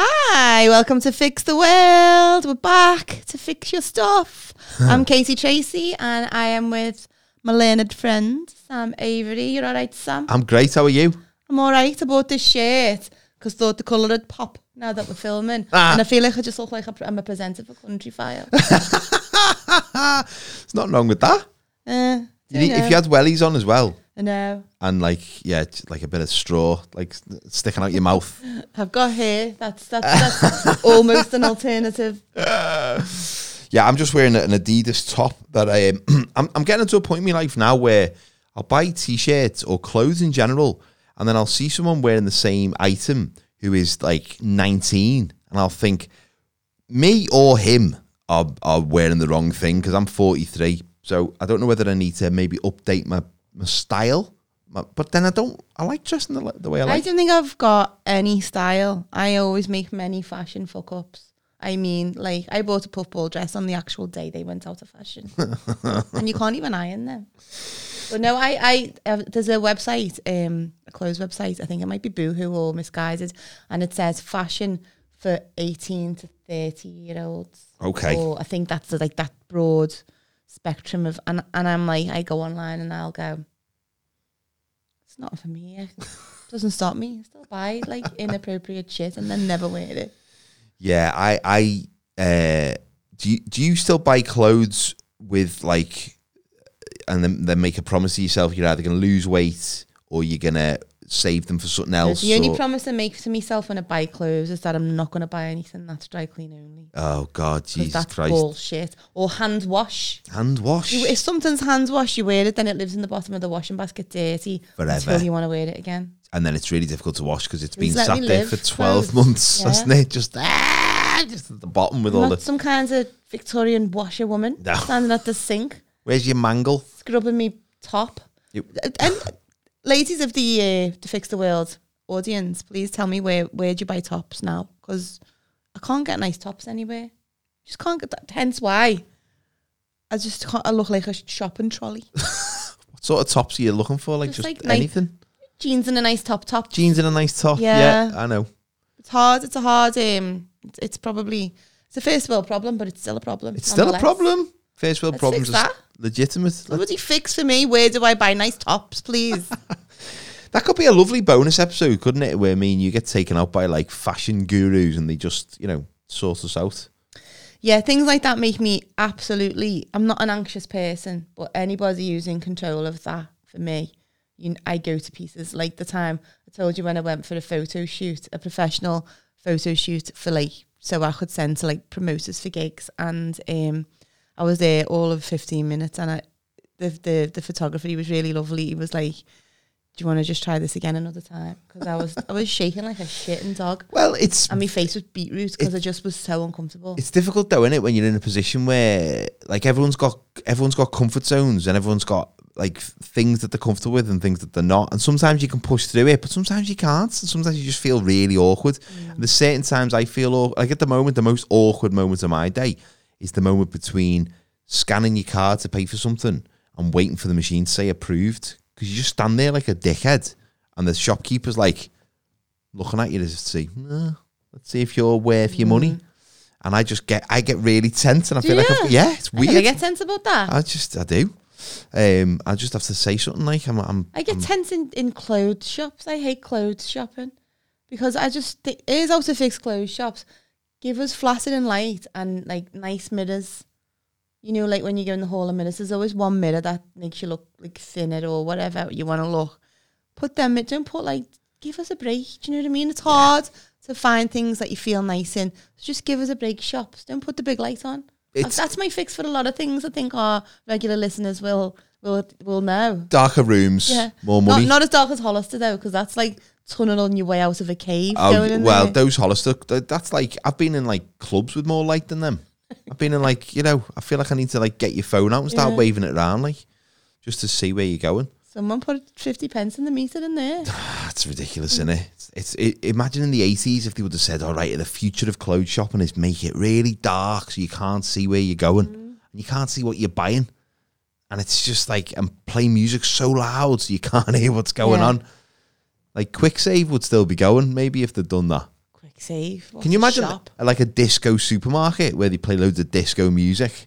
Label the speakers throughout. Speaker 1: Hi, welcome to Fix the World. We're back to fix your stuff. I'm Katie Tracy and I am with my learned friend, Sam Avery. You're all right, Sam?
Speaker 2: I'm great. How are you?
Speaker 1: I'm all right. I bought this shirt because thought the colour would pop now that we're filming.
Speaker 2: Ah.
Speaker 1: And I feel like I just look like a pr- I'm a presenter for Country File.
Speaker 2: It's not wrong with that.
Speaker 1: uh,
Speaker 2: You need, if you had wellies on as well,
Speaker 1: I know.
Speaker 2: and like yeah, it's like a bit of straw, like s- sticking out your mouth.
Speaker 1: I've got hair. That's, that's, that's almost an alternative.
Speaker 2: Yeah, I'm just wearing an Adidas top that I am. I'm, I'm getting to a point in my life now where I'll buy t-shirts or clothes in general, and then I'll see someone wearing the same item who is like 19, and I'll think me or him are are wearing the wrong thing because I'm 43. So I don't know whether I need to maybe update my my style. My, but then I don't. I like dressing the, li- the way I
Speaker 1: I
Speaker 2: like.
Speaker 1: don't think I've got any style. I always make many fashion fuck ups. I mean, like I bought a puffball dress on the actual day they went out of fashion, and you can't even iron them. But no, I, I uh, there's a website, um, a clothes website. I think it might be Boohoo or Misguided, and it says fashion for eighteen to thirty year olds.
Speaker 2: Okay.
Speaker 1: Or I think that's like that broad spectrum of, and and I'm like, I go online and I'll go. It's not for me. I- doesn't stop me. I still buy like inappropriate shit and then never wear it.
Speaker 2: Yeah, I, I, uh, do you, do you still buy clothes with like, and then, then make a promise to yourself you're either going to lose weight or you're going to save them for something else?
Speaker 1: the only
Speaker 2: or-
Speaker 1: promise I make to myself when I buy clothes is that I'm not going to buy anything that's dry clean only.
Speaker 2: oh God,
Speaker 1: 'Cause
Speaker 2: Jesus
Speaker 1: that's
Speaker 2: Christ!
Speaker 1: bullshit. Or hand wash.
Speaker 2: Hand wash.
Speaker 1: You- If something's hand wash, you wear it, then it lives in the bottom of the washing basket dirty until
Speaker 2: Forever.
Speaker 1: you want to wear it again.
Speaker 2: and then it's really difficult to wash because it's been
Speaker 1: Please let
Speaker 2: sat
Speaker 1: me
Speaker 2: there
Speaker 1: live,
Speaker 2: for 12
Speaker 1: clothes.
Speaker 2: months,
Speaker 1: Yeah.
Speaker 2: hasn't it? Just, ah, just at the bottom with all
Speaker 1: Not
Speaker 2: the.
Speaker 1: some kind of Victorian washerwoman
Speaker 2: No.
Speaker 1: standing at the sink
Speaker 2: Where's your mangle?
Speaker 1: scrubbing me top.
Speaker 2: You-
Speaker 1: And- And ladies of the uh, to fix the world audience, please tell me where where do you buy tops now? Because I can't get nice tops anywhere. Just can't get that. Hence why I just can't. I look like a shopping trolley.
Speaker 2: What sort of tops are you looking for? Like
Speaker 1: Just
Speaker 2: just,
Speaker 1: like nice-
Speaker 2: anything?
Speaker 1: Jeans and a nice top. Top.
Speaker 2: Jeans and a nice top.
Speaker 1: Yeah.
Speaker 2: yeah I know.
Speaker 1: It's hard. It's a hard. Um. It's, it's probably it's a first world problem, but it's still a problem.
Speaker 2: It's still a
Speaker 1: nonetheless.
Speaker 2: problem. First world
Speaker 1: Let's
Speaker 2: problems
Speaker 1: fix
Speaker 2: are
Speaker 1: that.
Speaker 2: legitimate.
Speaker 1: Somebody fix for me. Where do I buy nice tops, please?
Speaker 2: That could be a lovely bonus episode, couldn't it? Where me and you get taken out by like fashion gurus and they just, you know, sort us out.
Speaker 1: Yeah, things like that make me absolutely. I'm not an anxious person, but anybody who's in control of that for me, you, I go to pieces. Like the time I told you when I went for a photo shoot, a professional photo shoot for like so I could send to like promoters for gigs, and um, I was there all of 15 minutes, and I, the the the photographer he was really lovely. He was like. Do you want to just try this again another time? Because I was I was shaking like a shitting dog,
Speaker 2: Well, it's
Speaker 1: and my face was beetroot because I just was so uncomfortable.
Speaker 2: it's difficult though, is it, when you're in a position where like everyone's got everyone's got comfort zones and everyone's got like things that they're comfortable with and things that they're not. And sometimes you can push through it, but sometimes you can't. And sometimes you just feel really awkward. And there's certain times I feel aw- like at the moment the most awkward moment of my day is the moment between scanning your card to pay for something and waiting for the machine to say approved because you just stand there like a dickhead and the shopkeeper's like looking at you to see, "Nah, let's see if you're worth your money.
Speaker 1: Mm-hmm.
Speaker 2: And I just get, I get really tense, and I
Speaker 1: Do
Speaker 2: feel like,
Speaker 1: ya?
Speaker 2: I've, yeah, it's
Speaker 1: I think I
Speaker 2: weird. Uh,
Speaker 1: get tense about that.
Speaker 2: I just, I do. Um, I just have to say something like, I'm, I'm,
Speaker 1: I get tense in, in clothes shops. I hate clothes shopping because I just think it is also fixed clothes shops. Give us flaccid and light and like nice mirrors. You know, like when you go in the hall of mirrors, there's always one mirror that makes you look like thinner or whatever you want to look. Put them, in- don't put like, give us a break. Do you know what I mean? It's hard to find things that you feel nice in. So just give us a break, shops. Don't put the big light on.
Speaker 2: It's-
Speaker 1: That's my fix for a lot of things. I think our regular listeners will will will know.
Speaker 2: darker rooms,
Speaker 1: Yeah.
Speaker 2: more money.
Speaker 1: Not, not as dark as Hollister though, because that's like tunneling on your way out of a cave. going
Speaker 2: oh,
Speaker 1: in
Speaker 2: well,
Speaker 1: there.
Speaker 2: those Hollister, th- that's like, I've been in like clubs with more light than them. I've been in like, you know, I feel like I need to like get your phone out and start
Speaker 1: Yeah.
Speaker 2: waving it around, like, just to see where you're going.
Speaker 1: someone put fifty pence in the meter in there.
Speaker 2: That's ridiculous, isn't it? It's, it's it, imagine in the eighties if they would have said, "All right, the future of clothes shopping is make it really dark so you can't see where you're going
Speaker 1: Mm-hmm.
Speaker 2: and you can't see what you're buying," and it's just like and play music so loud so you can't hear what's going
Speaker 1: Yeah.
Speaker 2: on. Like Quick Save would still be going maybe if they'd done that.
Speaker 1: Quick like save. What's
Speaker 2: Can you
Speaker 1: a
Speaker 2: imagine
Speaker 1: Shop?
Speaker 2: like a disco supermarket where they play loads of disco music?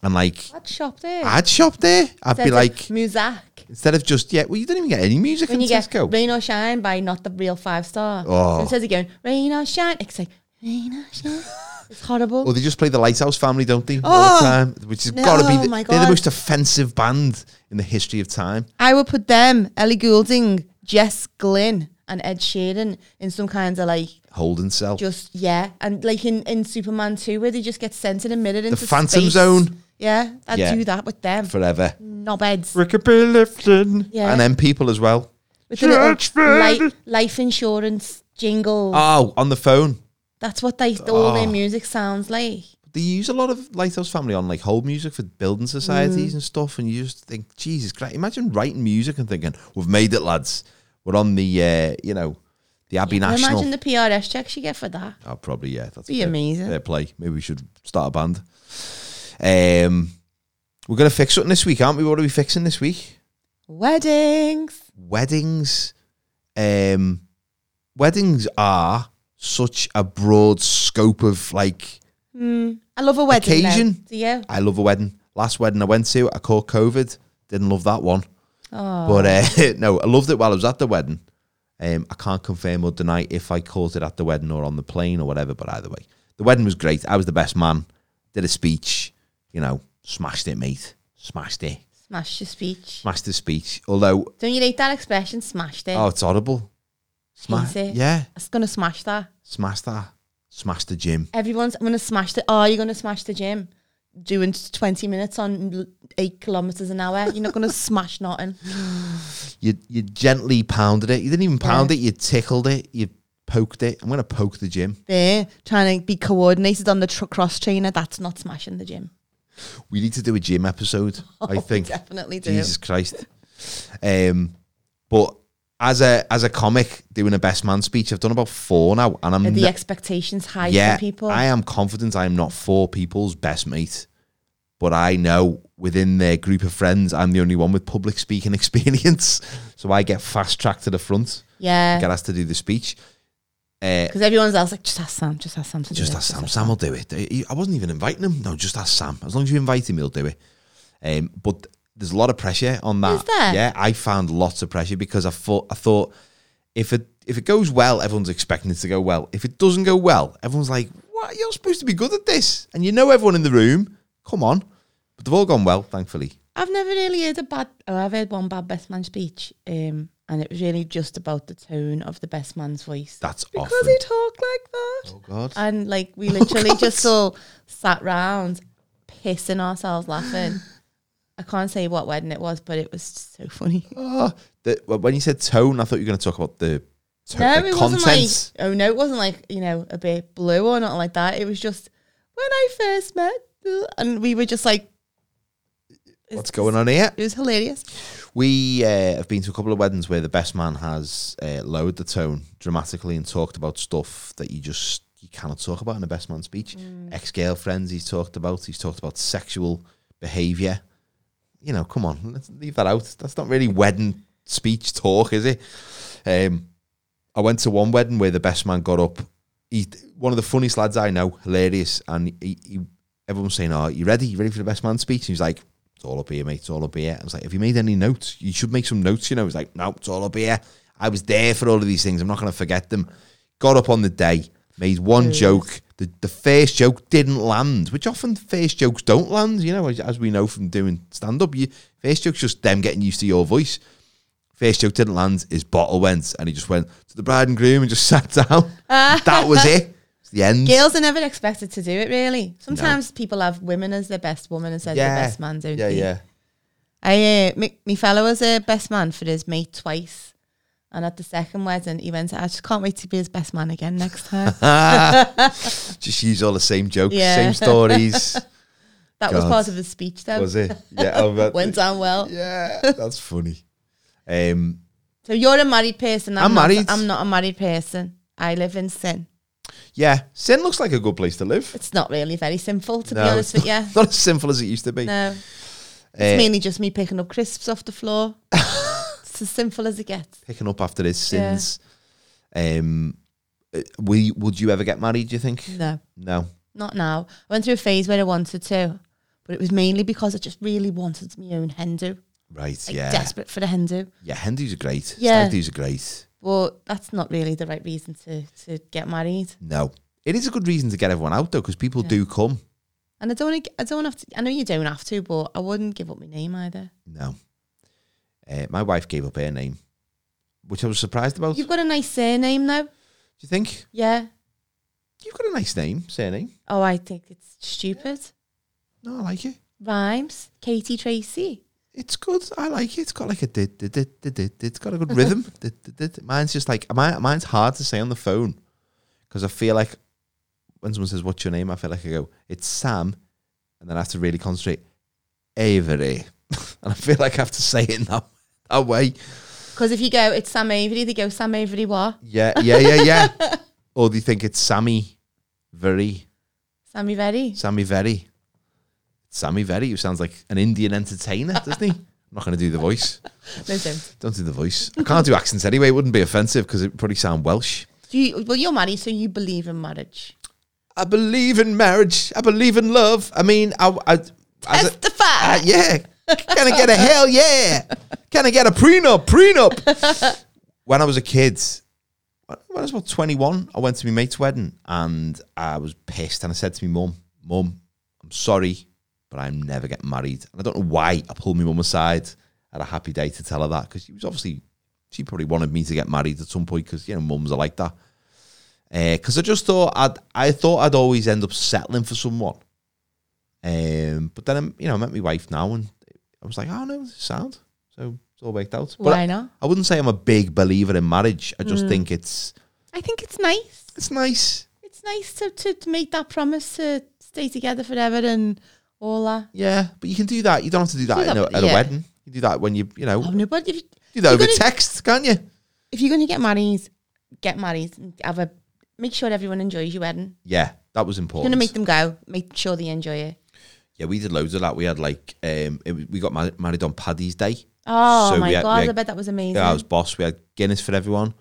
Speaker 2: And like,
Speaker 1: I'd shop there.
Speaker 2: I'd shop there. I'd
Speaker 1: Instead
Speaker 2: be
Speaker 1: of
Speaker 2: like,
Speaker 1: Muzak.
Speaker 2: instead of just yeah, well, you don't even get any music
Speaker 1: When
Speaker 2: in
Speaker 1: you get
Speaker 2: disco.
Speaker 1: Rain or Shine by not the real five star.
Speaker 2: Oh.
Speaker 1: So instead of going Rain or Shine, it's like Rain or Shine. It's horrible.
Speaker 2: Or Oh, they just play the Lighthouse Family, don't they? All the
Speaker 1: Oh!
Speaker 2: time, which has
Speaker 1: No, oh
Speaker 2: got to be the,
Speaker 1: my
Speaker 2: they're the
Speaker 1: God.
Speaker 2: most offensive band in the history of time.
Speaker 1: I would put them, Ellie Goulding, Jess Glynn, and Ed Sheeran in some kinds of like
Speaker 2: Holden Cell,
Speaker 1: just yeah, and like in in Superman two where they just get sent in a mirror into
Speaker 2: Phantom
Speaker 1: space.
Speaker 2: Zone.
Speaker 1: Yeah, I'd
Speaker 2: Yeah.
Speaker 1: do that with them.
Speaker 2: forever.
Speaker 1: Knobheads
Speaker 2: Rickaby Lifton,
Speaker 1: Mm. Yeah.
Speaker 2: and then people as well.
Speaker 1: with the little
Speaker 2: Church Friend.
Speaker 1: li- life insurance jingle.
Speaker 2: Oh, on the phone.
Speaker 1: That's what they all their
Speaker 2: Oh.
Speaker 1: music sounds like.
Speaker 2: They use a lot of Lighthouse Family on like whole music for building
Speaker 1: Mm.
Speaker 2: societies and stuff, and you just think, Jesus Christ! Imagine writing music and thinking, "We've made it, lads. We're on the, uh, you know, the Abbey
Speaker 1: Can you
Speaker 2: National."
Speaker 1: Imagine the PRS checks you get for that.
Speaker 2: Oh, probably yeah. That's
Speaker 1: Be
Speaker 2: fair-
Speaker 1: amazing.
Speaker 2: Fair play. Maybe we should start a band. Um, we're gonna fix something this week, aren't we? What are we fixing this week?
Speaker 1: Weddings.
Speaker 2: Weddings. Um, weddings are such a broad scope of like.
Speaker 1: I love a wedding. now.
Speaker 2: Occasion.
Speaker 1: Do you?
Speaker 2: I love a wedding. Last wedding I went to, I caught COVID. Didn't love that one. But uh, no, I loved it while I was at the wedding. Um, I can't confirm or deny if I caught it at the wedding or on the plane or whatever. But either way, the wedding was great. I was the best man. Did a speech. You know, smashed it, mate. Smashed it.
Speaker 1: Smash your speech.
Speaker 2: Smashed the speech. Although,
Speaker 1: Don't you hate that expression? Smashed it.
Speaker 2: oh, it's horrible. Smash.
Speaker 1: Eh. Is it?
Speaker 2: Yeah,
Speaker 1: It's gonna smash that.
Speaker 2: smashed that. Smashed the gym.
Speaker 1: Everyone's I'm gonna smash the. Oh, you're gonna smash the gym. Doing 20 minutes on l- eight kilometers an hour. You're not gonna smash nothing.
Speaker 2: You you gently pounded it. You didn't even pound
Speaker 1: Yeah.
Speaker 2: it. You tickled it. You poked it. I'm gonna poke the gym.
Speaker 1: There, trying to be coordinated on the tr- cross trainer. That's not smashing the gym. Oh,
Speaker 2: We need to do a gym episode. I think.
Speaker 1: Definitely do.
Speaker 2: Jesus Christ. Um, but as a as a comic doing a best man speech, I've done about four now, and I'm
Speaker 1: Are the
Speaker 2: no-
Speaker 1: expectations high
Speaker 2: yeah.
Speaker 1: for people?
Speaker 2: I am confident I am not four people's best mate, but I know within their group of friends, I'm the only one with public speaking experience, so I get fast tracked to the front.
Speaker 1: yeah.
Speaker 2: Get asked to do the speech. Uh,
Speaker 1: Because everyone's else like, just ask Sam, just ask Sam to do
Speaker 2: just
Speaker 1: it,
Speaker 2: ask Sam. Sam will do it. He- I wasn't even inviting him. No, just ask Sam. As long as you invite him, he'll do it. Um, but there's a lot of pressure on that.
Speaker 1: Is there?
Speaker 2: Yeah, I found lots of pressure because I thought I thought if it if it goes well, everyone's expecting it to go well. If it doesn't go well, everyone's like, "What? You're supposed to be good at this," and you know everyone in the room. Come on, but they've all gone well, thankfully.
Speaker 1: I've never really heard a bad. Oh, I've heard one bad best man speech, um, and it was really just about the tone of the best man's voice.
Speaker 2: That's
Speaker 1: because
Speaker 2: often.
Speaker 1: he talked like that,
Speaker 2: oh God.
Speaker 1: and like we literally
Speaker 2: God.
Speaker 1: just all sat round, pissing ourselves laughing. I can't say what wedding it was, but it was so funny.
Speaker 2: Ah, the- when you said tone, I thought you were going to talk about the, to-
Speaker 1: No,
Speaker 2: the
Speaker 1: it
Speaker 2: content.
Speaker 1: wasn't like. Oh no, it wasn't like you know a bit blue or not like that. It was just when I first met, and we were just like,
Speaker 2: What's going on here?
Speaker 1: It was hilarious.
Speaker 2: We uh, have been to a couple of weddings where the best man has uh, lowered the tone dramatically and talked about stuff that you just you cannot talk about in a best man speech. Ex girlfriends he's talked about. He's talked about sexual behaviour. You know, come on, let's leave that out. That's not really wedding speech talk, is it? Um, I went to one wedding where the best man got up. He one of the funniest lads I know, hilarious, and he, he everyone was saying, "Are you ready? You ready for the best man speech?" And he was like, "It's all up here, mate. It's all up here." I was like, "Have you made any notes? You should make some notes." You know, he's like, "No, it's all up here. I was there for all of these things. I'm not going to forget them." Got up on the day, made one joke. The, the first joke didn't land, which often first jokes don't land. You know, as, as we know from doing stand up, you first jokes just them getting used to your voice. First joke didn't land. His bottle went, and he just went to the bride and groom and just sat down. that was it. It's the end.
Speaker 1: Girls are never expected to do it, really. Sometimes people have women as their best woman instead of their best man, don't
Speaker 2: yeah,
Speaker 1: they?
Speaker 2: yeah.
Speaker 1: I, uh, me, me fellow was a best man for his mate twice. And at the second wedding, he went, I just can't wait to be his best man again next time. that
Speaker 2: Just use all the same jokes,
Speaker 1: Yeah.
Speaker 2: same stories.
Speaker 1: was
Speaker 2: God.
Speaker 1: part of his speech, though.
Speaker 2: was it? Yeah, oh, that-
Speaker 1: Um, Went down well.
Speaker 2: yeah, that's funny. Um,
Speaker 1: So you're a married person. I'm,
Speaker 2: I'm
Speaker 1: not,
Speaker 2: married.
Speaker 1: I'm not a married person. I live in sin.
Speaker 2: yeah, sin looks like a good place to live.
Speaker 1: It's not really very sinful, to
Speaker 2: No,
Speaker 1: be honest
Speaker 2: it's
Speaker 1: with you.
Speaker 2: Not as simple as it used to be.
Speaker 1: No. It's
Speaker 2: Uh,
Speaker 1: mainly just me picking up crisps off the floor. it's as simple as it gets.
Speaker 2: picking up after his sins. Um, uh, will you, would you ever get married? Do you think?
Speaker 1: No,
Speaker 2: No.
Speaker 1: not now. I went through a phase where I wanted to, but it was mainly because I just really wanted my own Hindu.
Speaker 2: Right.
Speaker 1: Like
Speaker 2: yeah.
Speaker 1: desperate for the Hindu.
Speaker 2: Yeah. Hindus are great.
Speaker 1: Yeah.
Speaker 2: Stag do's are great.
Speaker 1: But that's not really the right reason to, to get married.
Speaker 2: No. It is a good reason to get everyone out though, because people
Speaker 1: Yeah.
Speaker 2: do come.
Speaker 1: And I don't wanna g- I don't have to I know you don't have to, but I wouldn't give up my name either.
Speaker 2: No. Uh, my wife gave up her name, which I was surprised about.
Speaker 1: You've got a nice surname though.
Speaker 2: do you think
Speaker 1: Yeah.
Speaker 2: you've got a nice name, surname?
Speaker 1: Oh, I think it's stupid.
Speaker 2: No, I like it.
Speaker 1: Rhymes. Katie Tracy.
Speaker 2: It's good. I like it. It's got like a did, did, did, did, did. It's got a good rhythm. Did, did, did. Mine's just like mine, mine's hard to say on the phone because I feel like when someone says what's your name, I feel like I go it's Sam, and then I have to really concentrate. Avery, and I feel like I have to say it in that, that way.
Speaker 1: Because if you go, it's Sam Avery, they go, Sam Avery what?
Speaker 2: Yeah, yeah, yeah, yeah. or do you think it's Sammy, very
Speaker 1: Sammy Very.
Speaker 2: Sammy Very, Sammy Very, who sounds like an Indian entertainer, doesn't he? I'm not going to do the voice.
Speaker 1: No, don't.
Speaker 2: Don't do the voice. I can't do accents anyway. It wouldn't be offensive because it would probably sound Welsh.
Speaker 1: Do you, well, you're married, so you believe in marriage.
Speaker 2: I believe in marriage. I believe in love. I mean, I, I, as a-
Speaker 1: Testify.
Speaker 2: uh, yeah. Can I get a hell yeah? Can I get a prenup? Prenup. when I was a kid, when I was about 21, I went to my mate's wedding and I was pissed. And I said to my mum, Mum, I'm sorry, but I'm never getting married. And I don't know why I pulled my mum aside at a happy day to tell her that because she was obviously, she probably wanted me to get married at some point because, you know, mums are like that. Because I just thought I'd, I thought I'd always end up settling for someone. Um, but then I, you know, I met my wife now, and I was like, oh no, this is sound. So it's all worked out. But
Speaker 1: Why Mm.
Speaker 2: I,
Speaker 1: not?
Speaker 2: I wouldn't say I'm a big believer in marriage. I just think it's
Speaker 1: I think it's nice.
Speaker 2: it's nice.
Speaker 1: It's nice to, to, to make that promise to stay together forever and all that.
Speaker 2: Yeah, but you can do that. You don't have to do that,
Speaker 1: Do
Speaker 2: in
Speaker 1: that-
Speaker 2: a, at a
Speaker 1: yeah.
Speaker 2: wedding. You do that when you you know
Speaker 1: Oh, no, but if, you-
Speaker 2: do that
Speaker 1: you're
Speaker 2: over
Speaker 1: gonna-
Speaker 2: text, can't you?
Speaker 1: if you're going to get married, get married and have a make sure everyone enjoys your wedding.
Speaker 2: Yeah, that was
Speaker 1: You're
Speaker 2: important.
Speaker 1: going to make them go, make sure they enjoy it.
Speaker 2: yeah, we did loads of that. We had like um, it, was- we got mar- married on Paddy's Day.
Speaker 1: Oh
Speaker 2: So
Speaker 1: my
Speaker 2: we had- we
Speaker 1: God,
Speaker 2: had-
Speaker 1: I bet that was amazing.
Speaker 2: Yeah, I was boss. We had Guinness for everyone.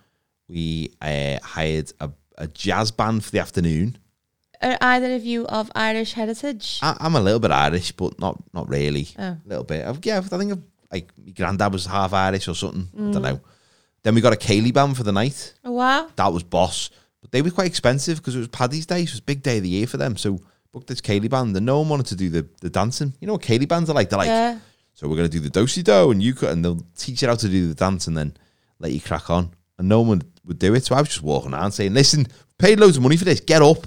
Speaker 2: We uh, hired a, a jazz band for the afternoon.
Speaker 1: Are either of you of Irish heritage?
Speaker 2: I, I'm a little bit Irish, but not not really. A
Speaker 1: Oh.
Speaker 2: little bit. I've, yeah, I think I've, like my granddad was half Irish or something. I don't know. Then we got a Cayley band for the night.
Speaker 1: Oh, wow.
Speaker 2: That was boss, but they were quite expensive because it was Paddy's Day. So it was a big day of the year for them. So booked this Cayley band, and no one wanted to do the the dancing. You know what Cayley bands are like? They're like,
Speaker 1: yeah.
Speaker 2: so we're gonna do the dosey do, and you could, and they'll teach you how to do the dance, and then let you crack on. And no one would do it. So I was just walking around saying, "Listen, paid loads of money for this. Get up,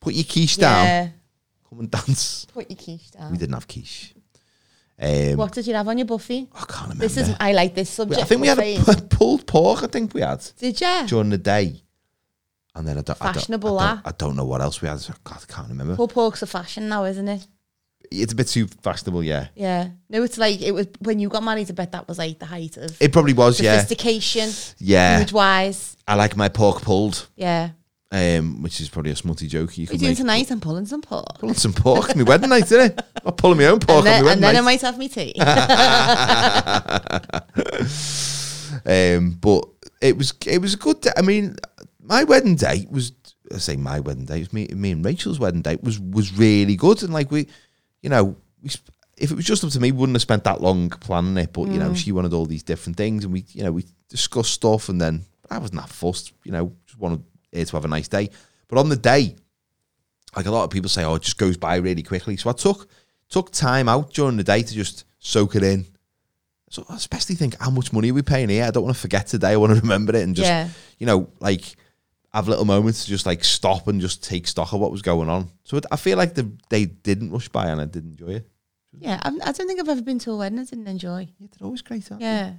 Speaker 2: put your quiche down,
Speaker 1: Yeah.
Speaker 2: come and dance."
Speaker 1: Put your quiche
Speaker 2: We
Speaker 1: down.
Speaker 2: didn't have quiche. Um,
Speaker 1: What did you have on your buffet?
Speaker 2: I can't remember.
Speaker 1: This is I like this
Speaker 2: We-
Speaker 1: subject.
Speaker 2: I think we had a
Speaker 1: buffet.
Speaker 2: p- pulled pork. I think we had
Speaker 1: Did you?
Speaker 2: during the day, and then I don't. I don't-
Speaker 1: Fashionable,
Speaker 2: I
Speaker 1: ah.
Speaker 2: don't, I don't know what else we had. I can't- I can't remember.
Speaker 1: Pulled pork's a fashion now, isn't it?
Speaker 2: It's a bit too fashionable. Yeah,
Speaker 1: Yeah. No, it's like it was when you got married. I bet that was like the height of
Speaker 2: it probably was. Yeah,
Speaker 1: sophistication,
Speaker 2: yeah.
Speaker 1: food wise.
Speaker 2: I like my pork pulled,
Speaker 1: Yeah.
Speaker 2: um, which is probably a smutty joke. You
Speaker 1: We're
Speaker 2: could
Speaker 1: doing
Speaker 2: make.
Speaker 1: tonight. I'm pulling some pork.
Speaker 2: Pulling some pork on my wedding night, did it? I'm not pulling my own
Speaker 1: And
Speaker 2: pork
Speaker 1: then,
Speaker 2: on my
Speaker 1: and
Speaker 2: wedding
Speaker 1: then I
Speaker 2: night.
Speaker 1: might have my tea.
Speaker 2: um, but it was it was a good. Day. I mean, my wedding day was. I say my wedding day. It was me, me and Rachel's wedding day was was really good. And like we, you know, we, sp- if it was just up to me, we wouldn't have spent that long planning it. But you know, she wanted all these different things, and we, you know, we discussed stuff, and then I wasn't that fussed. You know, just wanted her to have a nice day. But on the day, like a lot of people say, oh, it just goes by really quickly. So I took took time out during the day to just soak it in. So I especially think how much money are we paying here? I don't want to forget today. I want to remember it and just
Speaker 1: Yeah.
Speaker 2: you know like have little moments to just like stop and just take stock of what was going on. So it, I feel like the they didn't rush by and I did enjoy it.
Speaker 1: yeah. I'm, I don't think I've ever been to a wedding I didn't enjoy.
Speaker 2: Yeah, they're always great. Aren't
Speaker 1: Yeah.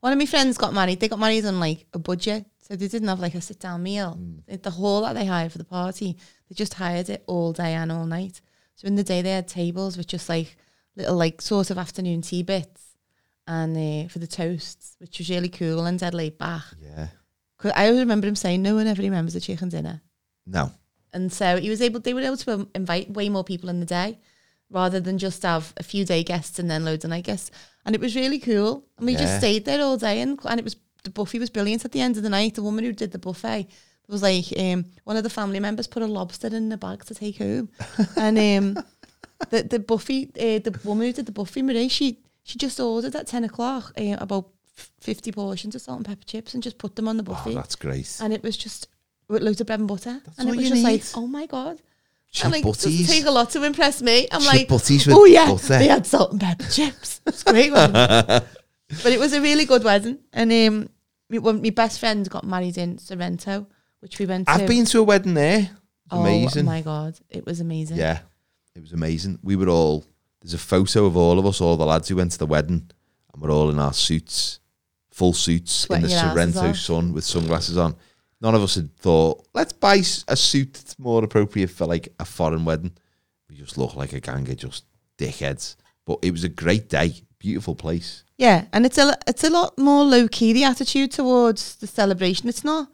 Speaker 1: One of my friends got married. They got married on like a budget. So they didn't have like a sit down meal. The hall that they hired for the party, they just hired it all day and all night. So in the day they had tables with just like little like sort of afternoon tea bits and uh, for the toasts, which was really cool and dead laid back.
Speaker 2: they? Yeah.
Speaker 1: 'Cause I always remember him saying no one ever remembers a chicken dinner.
Speaker 2: No.
Speaker 1: And so he was able, they were able to um, invite way more people in the day rather than just have a few day guests and then loads of night guests. And it was really cool. And we
Speaker 2: Yeah.
Speaker 1: just stayed there all day. And, and it was, the buffet was brilliant at the end of the night. The woman who did the buffet There was like um, one of the family members put a lobster in the bag to take home, and um, the the Buffy uh, the woman who did the Buffy Marie she she just ordered at ten o'clock uh, about f- fifty portions of salt and pepper chips and just put them on the
Speaker 2: Oh,
Speaker 1: Buffy,
Speaker 2: that's great.
Speaker 1: and it was just with loads of bread and butter, and
Speaker 2: what
Speaker 1: it was
Speaker 2: you
Speaker 1: just like
Speaker 2: need.
Speaker 1: oh my god.
Speaker 2: Chip
Speaker 1: I'm like, doesn't
Speaker 2: butties.
Speaker 1: take a lot to impress me. I'm
Speaker 2: Chip
Speaker 1: like,
Speaker 2: butties with
Speaker 1: oh yeah,
Speaker 2: butter.
Speaker 1: they had salt and pepper chips. It's a great one. but it was a really good wedding, and um, me, when my best friend got married in Sorrento, which we went to.
Speaker 2: I've been to a wedding there.
Speaker 1: oh
Speaker 2: amazing.
Speaker 1: my god, it was amazing.
Speaker 2: Yeah, it was amazing. We were all there's a photo of all of us, all the lads who went to the wedding, and we're all in our suits, full suits in
Speaker 1: Sweating
Speaker 2: the
Speaker 1: your asses
Speaker 2: Sorrento
Speaker 1: off.
Speaker 2: sun with sunglasses on. None of us had thought, let's buy s- a suit that's more appropriate for like a foreign wedding. We just looked like a gang of just dickheads. But it was a great day, beautiful place.
Speaker 1: Yeah, and it's a it's a lot more low key the attitude towards the celebration. It's not.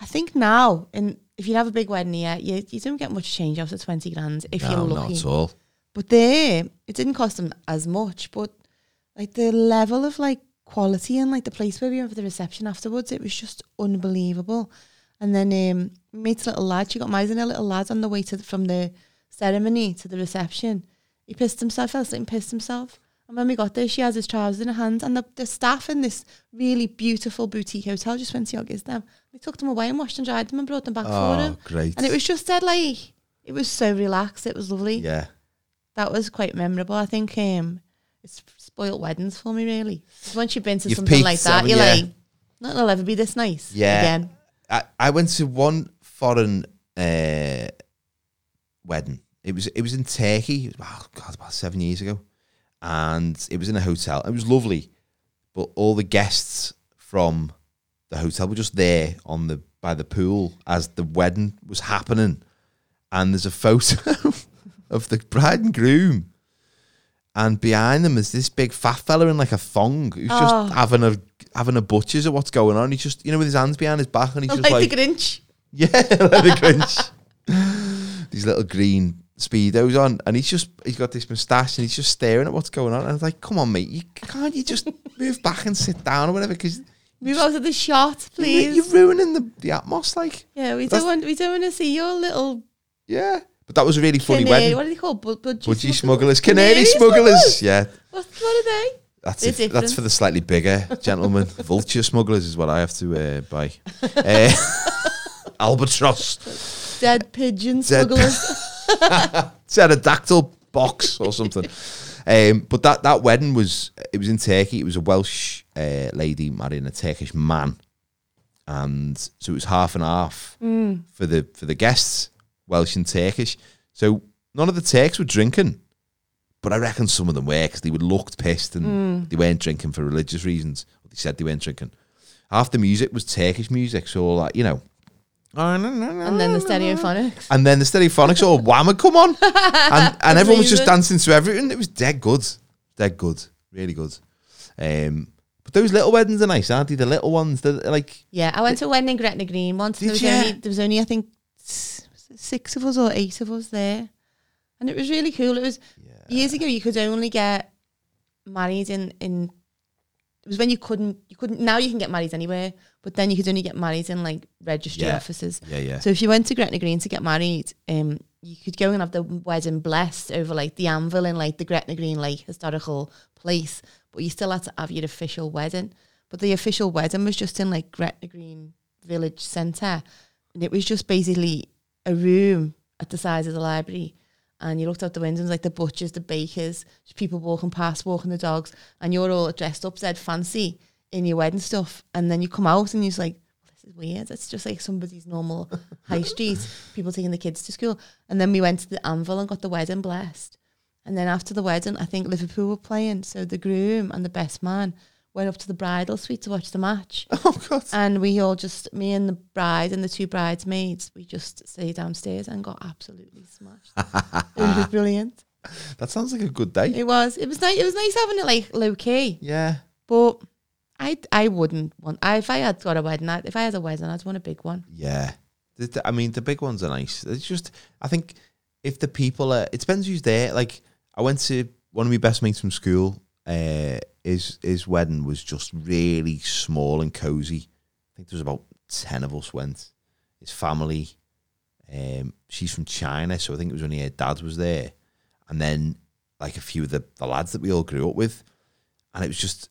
Speaker 1: I think now, and if you have a big wedding here, you, you don't get much change after twenty grand if
Speaker 2: no,
Speaker 1: you're
Speaker 2: not
Speaker 1: lucky.
Speaker 2: at all.
Speaker 1: But there, it didn't cost them as much. But like the level of like quality and like the place where we were for the reception afterwards, it was just unbelievable. And then um, mate's little lad, she got married and her little lad on the way to the, from the ceremony to the reception. He pissed himself, fell asleep and pissed himself. And when we got there, she has his trousers in her hand. And the, the staff in this really beautiful boutique hotel just went to yogi's them. They took them away and washed and dried them and brought them back for
Speaker 2: Oh,
Speaker 1: him.
Speaker 2: great.
Speaker 1: And it was just said like, it was so relaxed. It was lovely
Speaker 2: yeah.
Speaker 1: that was quite memorable. I think um, it's spoiled weddings for me really. 'Cause once you've been to
Speaker 2: You've
Speaker 1: something
Speaker 2: peaked,
Speaker 1: like that,
Speaker 2: haven't
Speaker 1: you're
Speaker 2: you?
Speaker 1: like, nothing'll ever be this nice.
Speaker 2: Yeah.
Speaker 1: Again.
Speaker 2: I, I went to one foreign uh, wedding. It was it was in Turkey. It was, oh God, about seven years ago, and it was in a hotel. It was lovely, but all the guests from the hotel were just there on the by the pool as the wedding was happening, and there's a photo of the bride and groom. And behind them is this big fat fella in like a thong who's
Speaker 1: Oh.
Speaker 2: just having a having a butchers at what's going on. He's just you know with his hands behind his back and he's
Speaker 1: Like,
Speaker 2: just like
Speaker 1: the Grinch.
Speaker 2: yeah, like the Grinch. These little green speedos on, and he's just he's got this moustache, and he's just staring at what's going on. And I was like, "Come on, mate, you can't you just move back and sit down or whatever? Because
Speaker 1: Move out of the shot, please.
Speaker 2: you're ruining the the atmos." Like,
Speaker 1: yeah, we
Speaker 2: That's-
Speaker 1: don't want we don't want to see your little
Speaker 2: yeah, but that was a really funny
Speaker 1: canary.
Speaker 2: wedding.
Speaker 1: What are they called? Bud- budgie
Speaker 2: Budgie
Speaker 1: smugglers?
Speaker 2: smugglers, canary smugglers, yeah.
Speaker 1: What, what are they?
Speaker 2: That's
Speaker 1: They're
Speaker 2: if- that's
Speaker 1: different.
Speaker 2: for the slightly bigger gentlemen. Vulture smugglers is what I have to uh, buy. Uh, albatross.
Speaker 1: Dead pigeon
Speaker 2: Dead-
Speaker 1: smugglers.
Speaker 2: pterodactyl box or something. um, but that that wedding was it was in Turkey. It was a Welsh uh, lady marrying a Turkish man, and so it was half and half
Speaker 1: Mm.
Speaker 2: for the for the guests, Welsh and Turkish. So none of the Turks were drinking, but I reckon some of them were because they would looked pissed and
Speaker 1: Mm.
Speaker 2: they weren't drinking for religious reasons. They said they weren't drinking. Half the music was Turkish music, so all that you know.
Speaker 1: and then the stereophonics.
Speaker 2: And then the stereophonics all wham had come on. And, and everyone was just
Speaker 1: Amazing.
Speaker 2: dancing to everything. It was dead good. Dead good. Really good. Um, but those little weddings are nice, aren't they? The little ones. They're like,
Speaker 1: Yeah, I went to a wedding in Gretna Green once. And there
Speaker 2: Did
Speaker 1: was
Speaker 2: ya?
Speaker 1: only there was only I think s- was it six of us or eight of us there, and it was really cool. It was years ago you could only get married in in it was when you couldn't you couldn't now you can get married anywhere, but then you could only get married in like registry
Speaker 2: Yeah.
Speaker 1: offices.
Speaker 2: yeah, yeah.
Speaker 1: So if you went to Gretna Green to get married, um, you could go and have the wedding blessed over like the anvil in like the Gretna Green like historical place, but you still had to have your official wedding. But the official wedding was just in like Gretna Green Village Centre, and it was just basically a room at the size of the library. And you looked out the windows, like the butchers, the bakers, just people walking past, walking the dogs, and you're all dressed up, said fancy in your wedding stuff. And then you come out and you're just like, this is weird. It's just like somebody's normal high street, people taking the kids to school. And then we went to the Anvil and got the wedding blessed. And then after the wedding, I think Liverpool were playing. So the groom and the best man went up to the bridal suite to watch the match.
Speaker 2: Oh, God.
Speaker 1: And we all just, me and the bride and the two bridesmaids, we just stayed downstairs and got absolutely smashed. it was brilliant.
Speaker 2: That sounds like a good day.
Speaker 1: It was. It was nice. It was nice having it like low key.
Speaker 2: Yeah.
Speaker 1: But I, I wouldn't want. I, if I had got a wedding, I, if I had a wedding, I'd want a big one.
Speaker 2: Yeah. The- the- I mean, the big ones are nice. It's just, I think if the people are, it depends who's there. Like, I went to one of my best mates from school. Uh, his his wedding was just really small and cozy. I think there was about ten of us went. his family. Um, she's from China, so I think it was only her dad was there, and then like a few of the, the lads that we all grew up with, and it was just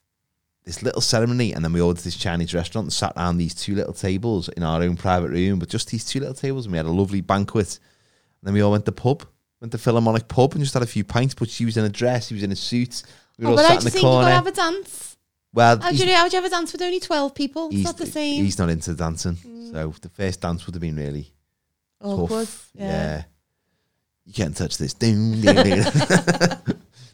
Speaker 2: this little ceremony, and then we ordered this Chinese restaurant and sat around these two little tables in our own private room, but just these two little tables, and we had a lovely banquet, and then we all went to pub, went to Philharmonic pub, and just had a few pints. But she was in a dress, he was in a suit. We were
Speaker 1: Oh,
Speaker 2: all
Speaker 1: but I
Speaker 2: sat in
Speaker 1: just
Speaker 2: the
Speaker 1: think you've got
Speaker 2: corner.
Speaker 1: to have a dance.
Speaker 2: well,
Speaker 1: How do,
Speaker 2: he's-
Speaker 1: you, how do you have a dance with only 12 people? It's
Speaker 2: he's-
Speaker 1: not the same.
Speaker 2: He's not into dancing, so the first dance would have been really
Speaker 1: Awkward.
Speaker 2: tough.
Speaker 1: Yeah.
Speaker 2: You can't touch this. Doom, doom, doom.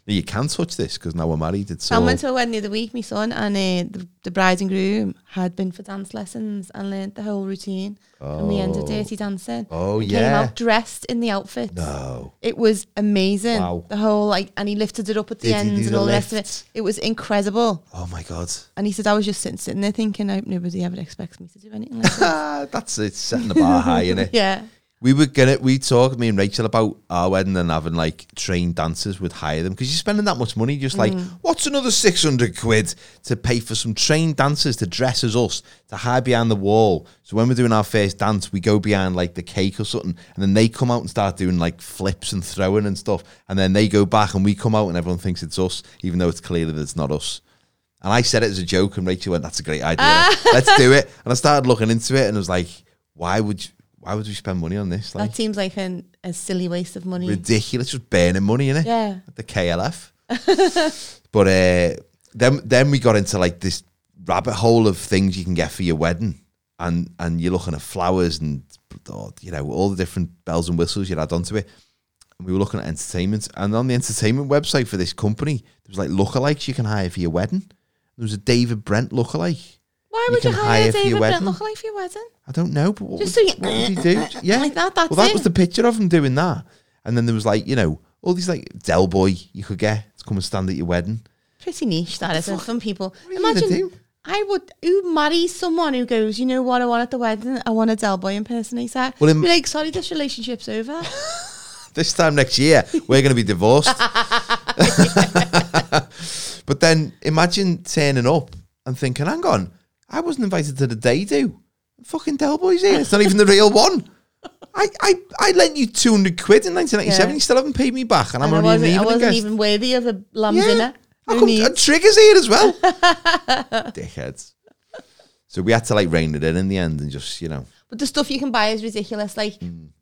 Speaker 2: No, you can touch this because now we're married. It's
Speaker 1: So I
Speaker 2: all,
Speaker 1: went to a wedding the other week, my son, and uh, the, the bride and groom had been for dance lessons and learnt the whole routine. And we ended
Speaker 2: Oh.
Speaker 1: dirty dancing.
Speaker 2: Oh,
Speaker 1: He Came
Speaker 2: yeah.
Speaker 1: out dressed in the outfits.
Speaker 2: No.
Speaker 1: It was amazing.
Speaker 2: Wow.
Speaker 1: The whole like, and he lifted it up at the
Speaker 2: Did he
Speaker 1: end
Speaker 2: do
Speaker 1: and
Speaker 2: the
Speaker 1: all the rest of it.
Speaker 2: lifts?
Speaker 1: It was incredible.
Speaker 2: Oh my god.
Speaker 1: And he said, I was just sitting, sitting there thinking, I hope nobody ever expects me to do anything like that.
Speaker 2: Ah, That's it. Setting the bar high, innit?
Speaker 1: yeah.
Speaker 2: We were gonna we talked me and Rachel about our wedding and having like trained dancers would hire them because you're spending that much money. Just like what's another six hundred quid to pay for some trained dancers to dress as us to hide behind the wall. So when we're doing our first dance, we go behind like the cake or something, and then they come out and start doing like flips and throwing and stuff, and then they go back and we come out and everyone thinks it's us, even though it's clearly that it's not us. And I said it as a joke, and Rachel went, "That's a great idea. Let's do it." And I started looking into it, and I was like, "Why would you, why would we spend money on this? Like
Speaker 1: That seems like an, a silly waste of money.
Speaker 2: ridiculous, just burning money in it."
Speaker 1: Yeah.
Speaker 2: The KLF. but uh, then then we got into like this rabbit hole of things you can get for your wedding, and and you're looking at flowers and oh, you know all the different bells and whistles you'd add onto it. And we were looking at entertainment, and on the entertainment website for this company, there was like lookalikes you can hire for your wedding. There was a David Brent lookalike.
Speaker 1: Why
Speaker 2: You
Speaker 1: would you
Speaker 2: can
Speaker 1: hire
Speaker 2: hire for your
Speaker 1: David Brent
Speaker 2: wedding.
Speaker 1: look like for your wedding?
Speaker 2: I don't know, but what,
Speaker 1: Just
Speaker 2: would,
Speaker 1: so you-
Speaker 2: what would he do? Yeah,
Speaker 1: Like that, that's
Speaker 2: well, that
Speaker 1: it.
Speaker 2: was the picture of him doing that, and then there was like you know all these like Del Boy you could get to come and stand at your wedding.
Speaker 1: Pretty niche, that is. And some people
Speaker 2: What are you gonna
Speaker 1: imagine.
Speaker 2: do?
Speaker 1: I would who marries someone who goes, you know what, I want at the wedding, I want a Del Boy impersonator.
Speaker 2: Well,
Speaker 1: Well,
Speaker 2: im-
Speaker 1: Be like, sorry, this relationship's over.
Speaker 2: this time next year we're going to be divorced. but then imagine turning up and thinking, hang on, I wasn't invited to the day do. Fucking Del Boy's here. It's not even the real one. I, I, I lent you 200 quid in 1997.
Speaker 1: Yeah.
Speaker 2: You still haven't paid me back, and I'm
Speaker 1: and I
Speaker 2: only
Speaker 1: wasn't, I
Speaker 2: an evening
Speaker 1: wasn't
Speaker 2: guest.
Speaker 1: even worthy of a lamb dinner.
Speaker 2: How
Speaker 1: No
Speaker 2: come-
Speaker 1: need.
Speaker 2: and triggers here as well. Dickheads. So we had to like rein it in in the end and just, you know,
Speaker 1: But the stuff you can buy is ridiculous. Like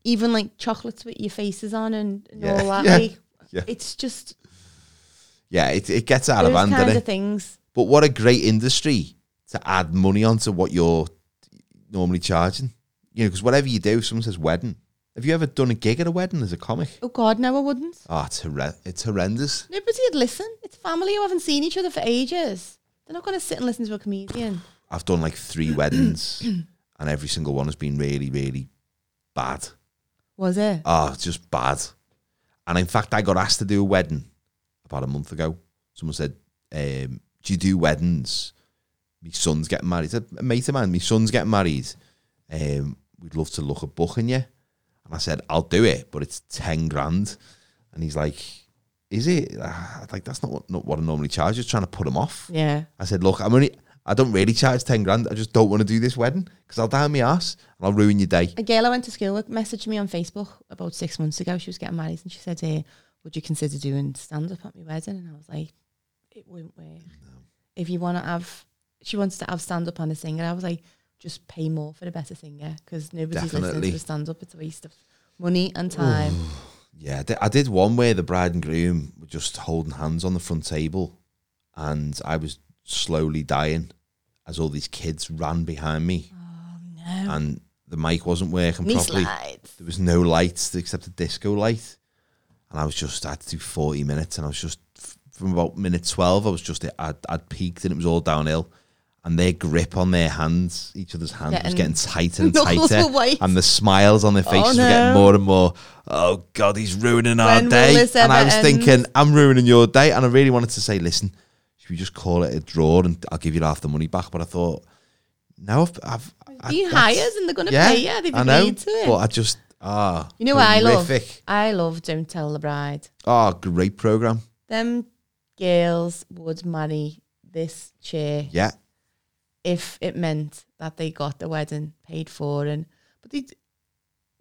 Speaker 1: even like chocolates with your faces on and, and
Speaker 2: Hmm. Yeah.
Speaker 1: all that.
Speaker 2: Yeah.
Speaker 1: Like,
Speaker 2: Yeah.
Speaker 1: It's just
Speaker 2: yeah, it, it gets out
Speaker 1: those
Speaker 2: of hand,
Speaker 1: kind
Speaker 2: doesn't it?
Speaker 1: of things.
Speaker 2: But what a great industry to add money onto what you're normally charging. You know, because whatever you do, someone says wedding. Have you ever done a gig at a wedding as a comic?
Speaker 1: Oh God, no, I wouldn't.
Speaker 2: Ah, it's, horre- it's horrendous.
Speaker 1: Nobody would listen. It's family who haven't seen each other for ages. They're not going to sit and listen to a comedian.
Speaker 2: I've done like three weddings, and every single one has been really, really bad.
Speaker 1: Was it?
Speaker 2: Oh, it's just bad. And in fact, I got asked to do a wedding about a month ago. Someone said, um, "Do you do weddings?" My son's getting married. A a mate of mine, my son's getting married. Um, we'd love to look at booking you. And I said, "I'll do it, but it's ten grand." And he's like, "Is it?" Ah, Like that's not what, not what I normally charge. Just trying to put him off.
Speaker 1: Yeah.
Speaker 2: I said, look, I'm only, I don't really charge ten grand. I just don't want to do this wedding because I'll down my ass and I'll ruin your day.
Speaker 1: A girl I went to school with messaged me on Facebook about six months ago. She was getting married and she said, hey, would you consider doing stand up at my wedding? And I was like, it wouldn't work. If you want to have, she wants to have stand up and a singer. I was like, just pay more for the better singer because nobody's listening
Speaker 2: Definitely.
Speaker 1: to a stand up. It's a waste of money and time.
Speaker 2: Yeah, I did, I did one where the bride and groom were just holding hands on the front table, and I was slowly dying as all these kids ran behind me,
Speaker 1: Oh, no.
Speaker 2: and the mic wasn't working
Speaker 1: Knee
Speaker 2: properly.
Speaker 1: slides.
Speaker 2: There was no lights except a disco light, and I was just I had to do forty minutes, and I was just f- from about minute twelve, I was just I'd, I'd peaked, and it was all downhill. And their grip on their hands, each other's hands, was
Speaker 1: Getting-
Speaker 2: getting tighter and
Speaker 1: Knuckles
Speaker 2: tighter,
Speaker 1: were white.
Speaker 2: and the smiles on their faces were
Speaker 1: no.
Speaker 2: getting more and more. Oh God, he's ruining our
Speaker 1: When will
Speaker 2: day.
Speaker 1: this
Speaker 2: And I
Speaker 1: ever
Speaker 2: was
Speaker 1: end?
Speaker 2: thinking, I'm ruining your day. And I really wanted to say, listen, should we just call it a draw and I'll give you half the money back? But I thought, no, I've, I've I-
Speaker 1: You
Speaker 2: that's-
Speaker 1: hires and they're going to
Speaker 2: yeah,
Speaker 1: pay you. They've
Speaker 2: I know,
Speaker 1: agreed to it.
Speaker 2: But I just ah,
Speaker 1: You know what I love?
Speaker 2: horrific.
Speaker 1: I love Don't Tell the Bride.
Speaker 2: Ah, great program.
Speaker 1: Them girls would marry this chair
Speaker 2: Yeah,
Speaker 1: if it meant that they got the wedding paid for and But they,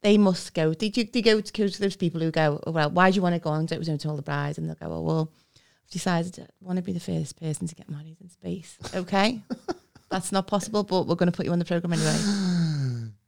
Speaker 1: they must go. They, do- they go to, go to those people who go, oh, well, why do you want to go on? It was to all the brides. And they'll go, oh, well, I've decided I want to be the first person to get married in space. Okay. That's not possible, but we're going to put you on the program anyway.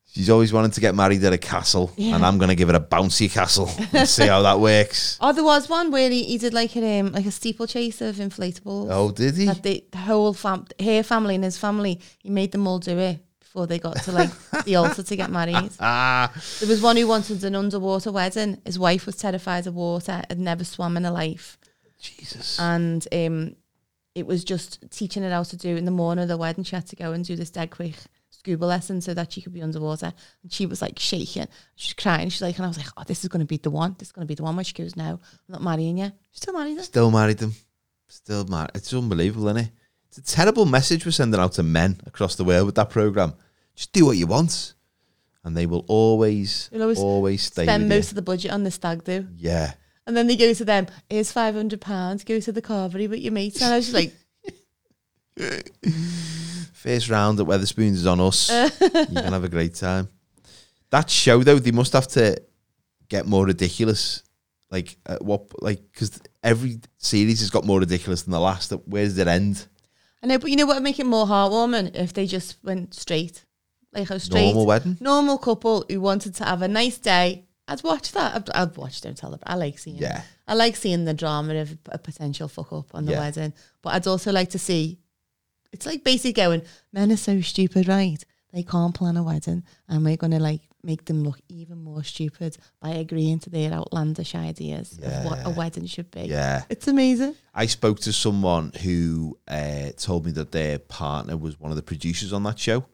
Speaker 2: She's always wanted to get married at a castle,
Speaker 1: Yeah.
Speaker 2: and I'm going to give it a bouncy castle and see how that works.
Speaker 1: Oh, there was one where he, he did like a um, like a steeplechase of inflatables.
Speaker 2: Oh, did he?
Speaker 1: That the, the whole fam, her family and his family, he made them all do it before they got to like the altar to get married.
Speaker 2: Ah,
Speaker 1: There was one who wanted an underwater wedding. His wife was terrified of water, had never swam in her life,
Speaker 2: Jesus.
Speaker 1: and um, it was just teaching her how to do. In the morning of the wedding, she had to go and do this dead quick scuba lesson so that she could be underwater. And she was like shaking, she's crying. She's like, and I was like, oh, this is going to be the one. This is going to be the one where she goes, no, I'm not marrying you. She's still married. her.
Speaker 2: Still married them. Still married. It's unbelievable, isn't it? It's a terrible message we're sending out to men across the world with that program. Just do what you want, and they will always,
Speaker 1: They'll
Speaker 2: always,
Speaker 1: always
Speaker 2: stay
Speaker 1: Spend
Speaker 2: with
Speaker 1: most of the budget on the stag do.
Speaker 2: you. Yeah.
Speaker 1: And then they go to them, here's five hundred pounds, go to the carvery with your mates. And I was just like,
Speaker 2: First round at Weatherspoons is on us. you can have a great time. That show though, they must have to get more ridiculous. Like at what? Like because every series has got more ridiculous than the last. Where's it end?
Speaker 1: I know, but you know what would make it more heartwarming if they just went straight. Like how straight
Speaker 2: Normal wedding.
Speaker 1: normal couple who wanted to have a nice day. I'd watch that. I'd, I'd watch Don't Tell the Bride. I like seeing
Speaker 2: Yeah.
Speaker 1: I like seeing the drama of a potential fuck up on the
Speaker 2: Yeah.
Speaker 1: wedding. But I'd also like to see it's like basically going, men are so stupid, right? They can't plan a wedding and we're gonna like make them look even more stupid by agreeing to their outlandish ideas of what a
Speaker 2: Yeah.
Speaker 1: wedding should be.
Speaker 2: Yeah.
Speaker 1: It's amazing.
Speaker 2: I spoke to someone who uh, told me that their partner was one of the producers on that show,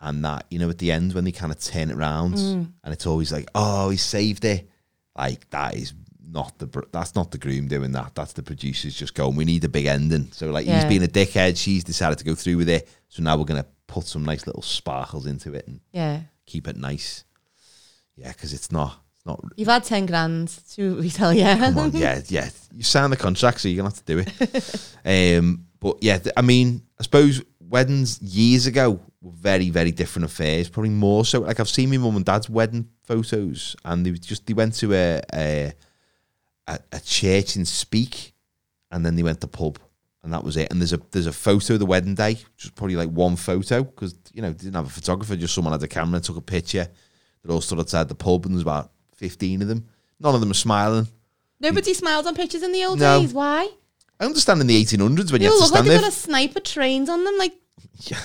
Speaker 2: and that you know at the end when they kind of turn it round, and it's always like, oh, he saved it. Like that is not the br- that's not the groom doing that. That's the producers just going. We need a big ending. So like he's
Speaker 1: Yeah.
Speaker 2: being a dickhead. She's decided to go through with it. So now we're gonna put some nice little sparkles into it and
Speaker 1: Yeah.
Speaker 2: keep it nice. Yeah, because it's not it's not
Speaker 1: You've had ten grand to retell, yeah.
Speaker 2: Come on, yeah, yeah. You signed the contract, so you're gonna have to do it. um, but yeah, th- I mean, I suppose weddings years ago were very, very different affairs. Probably more so. Like I've seen my mum and dad's wedding photos, and they was just they went to a a, a a church in Speak, and then they went to pub, and that was it. And there's a there's a photo of the wedding day, which was probably like one photo because you know they didn't have a photographer, just someone had a camera and took a picture. They all stood outside the pub, and there's about fifteen of them. None of them are smiling.
Speaker 1: Nobody smiled on pictures in the old
Speaker 2: No.
Speaker 1: days. Why?
Speaker 2: I understand in the 1800s when
Speaker 1: They all
Speaker 2: you had to
Speaker 1: look like
Speaker 2: stand
Speaker 1: they've
Speaker 2: there.
Speaker 1: got a sniper trained on them. Like,
Speaker 2: Yeah.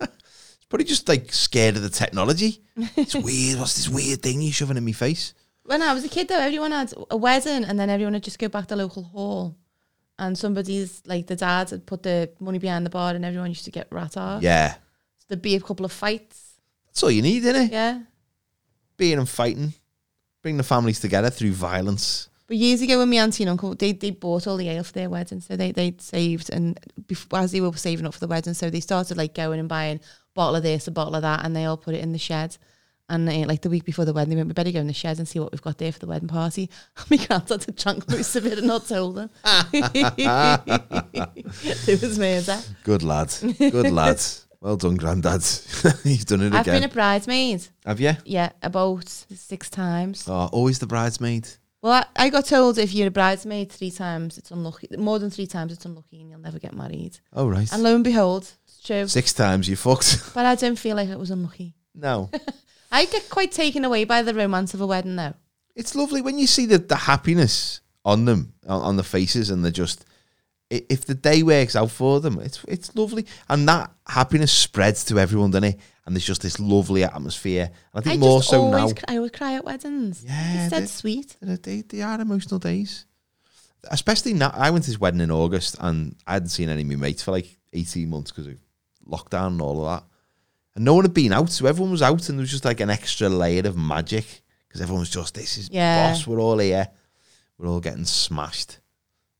Speaker 2: it's probably just like scared of the technology. It's weird. What's this weird thing you're shoving in my face?
Speaker 1: when I was a kid, though, everyone had a wedding, and then everyone would just go back to the local hall, and somebody's like the dads had put the money behind the bar, and everyone used to get rat off.
Speaker 2: Yeah.
Speaker 1: So there'd be a couple of fights.
Speaker 2: That's all you need, innit?
Speaker 1: Yeah,
Speaker 2: Being and fighting. Bring the families together through violence.
Speaker 1: but years ago, when my auntie and uncle they they bought all the ale for their wedding, so they they saved, and before, as they were saving up for the wedding, so they started like going and buying bottle of this, a bottle of that, and they all put it in the shed. And uh, like the week before the wedding, they went, we better go in the shed and see what we've got there for the wedding party. My granddad had drunk most of it and not told them. it was murder.
Speaker 2: Good lad. Good lad. Well done, Grandad. You've done it
Speaker 1: I've
Speaker 2: again.
Speaker 1: been a bridesmaid,
Speaker 2: Have you?
Speaker 1: yeah, about six times.
Speaker 2: Oh, always the bridesmaid.
Speaker 1: Well, I, I got told if you're a bridesmaid three times, it's unlucky. More than three times, it's unlucky and you'll never get married.
Speaker 2: Oh, right.
Speaker 1: And lo and behold, it's true.
Speaker 2: Six times you fucked.
Speaker 1: But I don't feel like it was unlucky.
Speaker 2: no.
Speaker 1: I get quite taken away by the romance of a wedding, though.
Speaker 2: it's lovely when you see the, the happiness on them on, on the faces and they're just i- if the day works out for them it's it's lovely and that happiness spreads to everyone doesn't it and there's just this lovely atmosphere and i think
Speaker 1: I
Speaker 2: more
Speaker 1: just
Speaker 2: so now
Speaker 1: always, cry, I always cry at weddings.
Speaker 2: Yeah,
Speaker 1: it's dead
Speaker 2: they-
Speaker 1: sweet.
Speaker 2: you know, they, they are emotional days especially now i went to this wedding in august and i hadn't seen any of my mates for like 18 months because of lockdown and all of that and no one had been out so everyone was out and there was just like an extra layer of magic because everyone was just this is
Speaker 1: Yeah.
Speaker 2: boss we're all here we're all getting smashed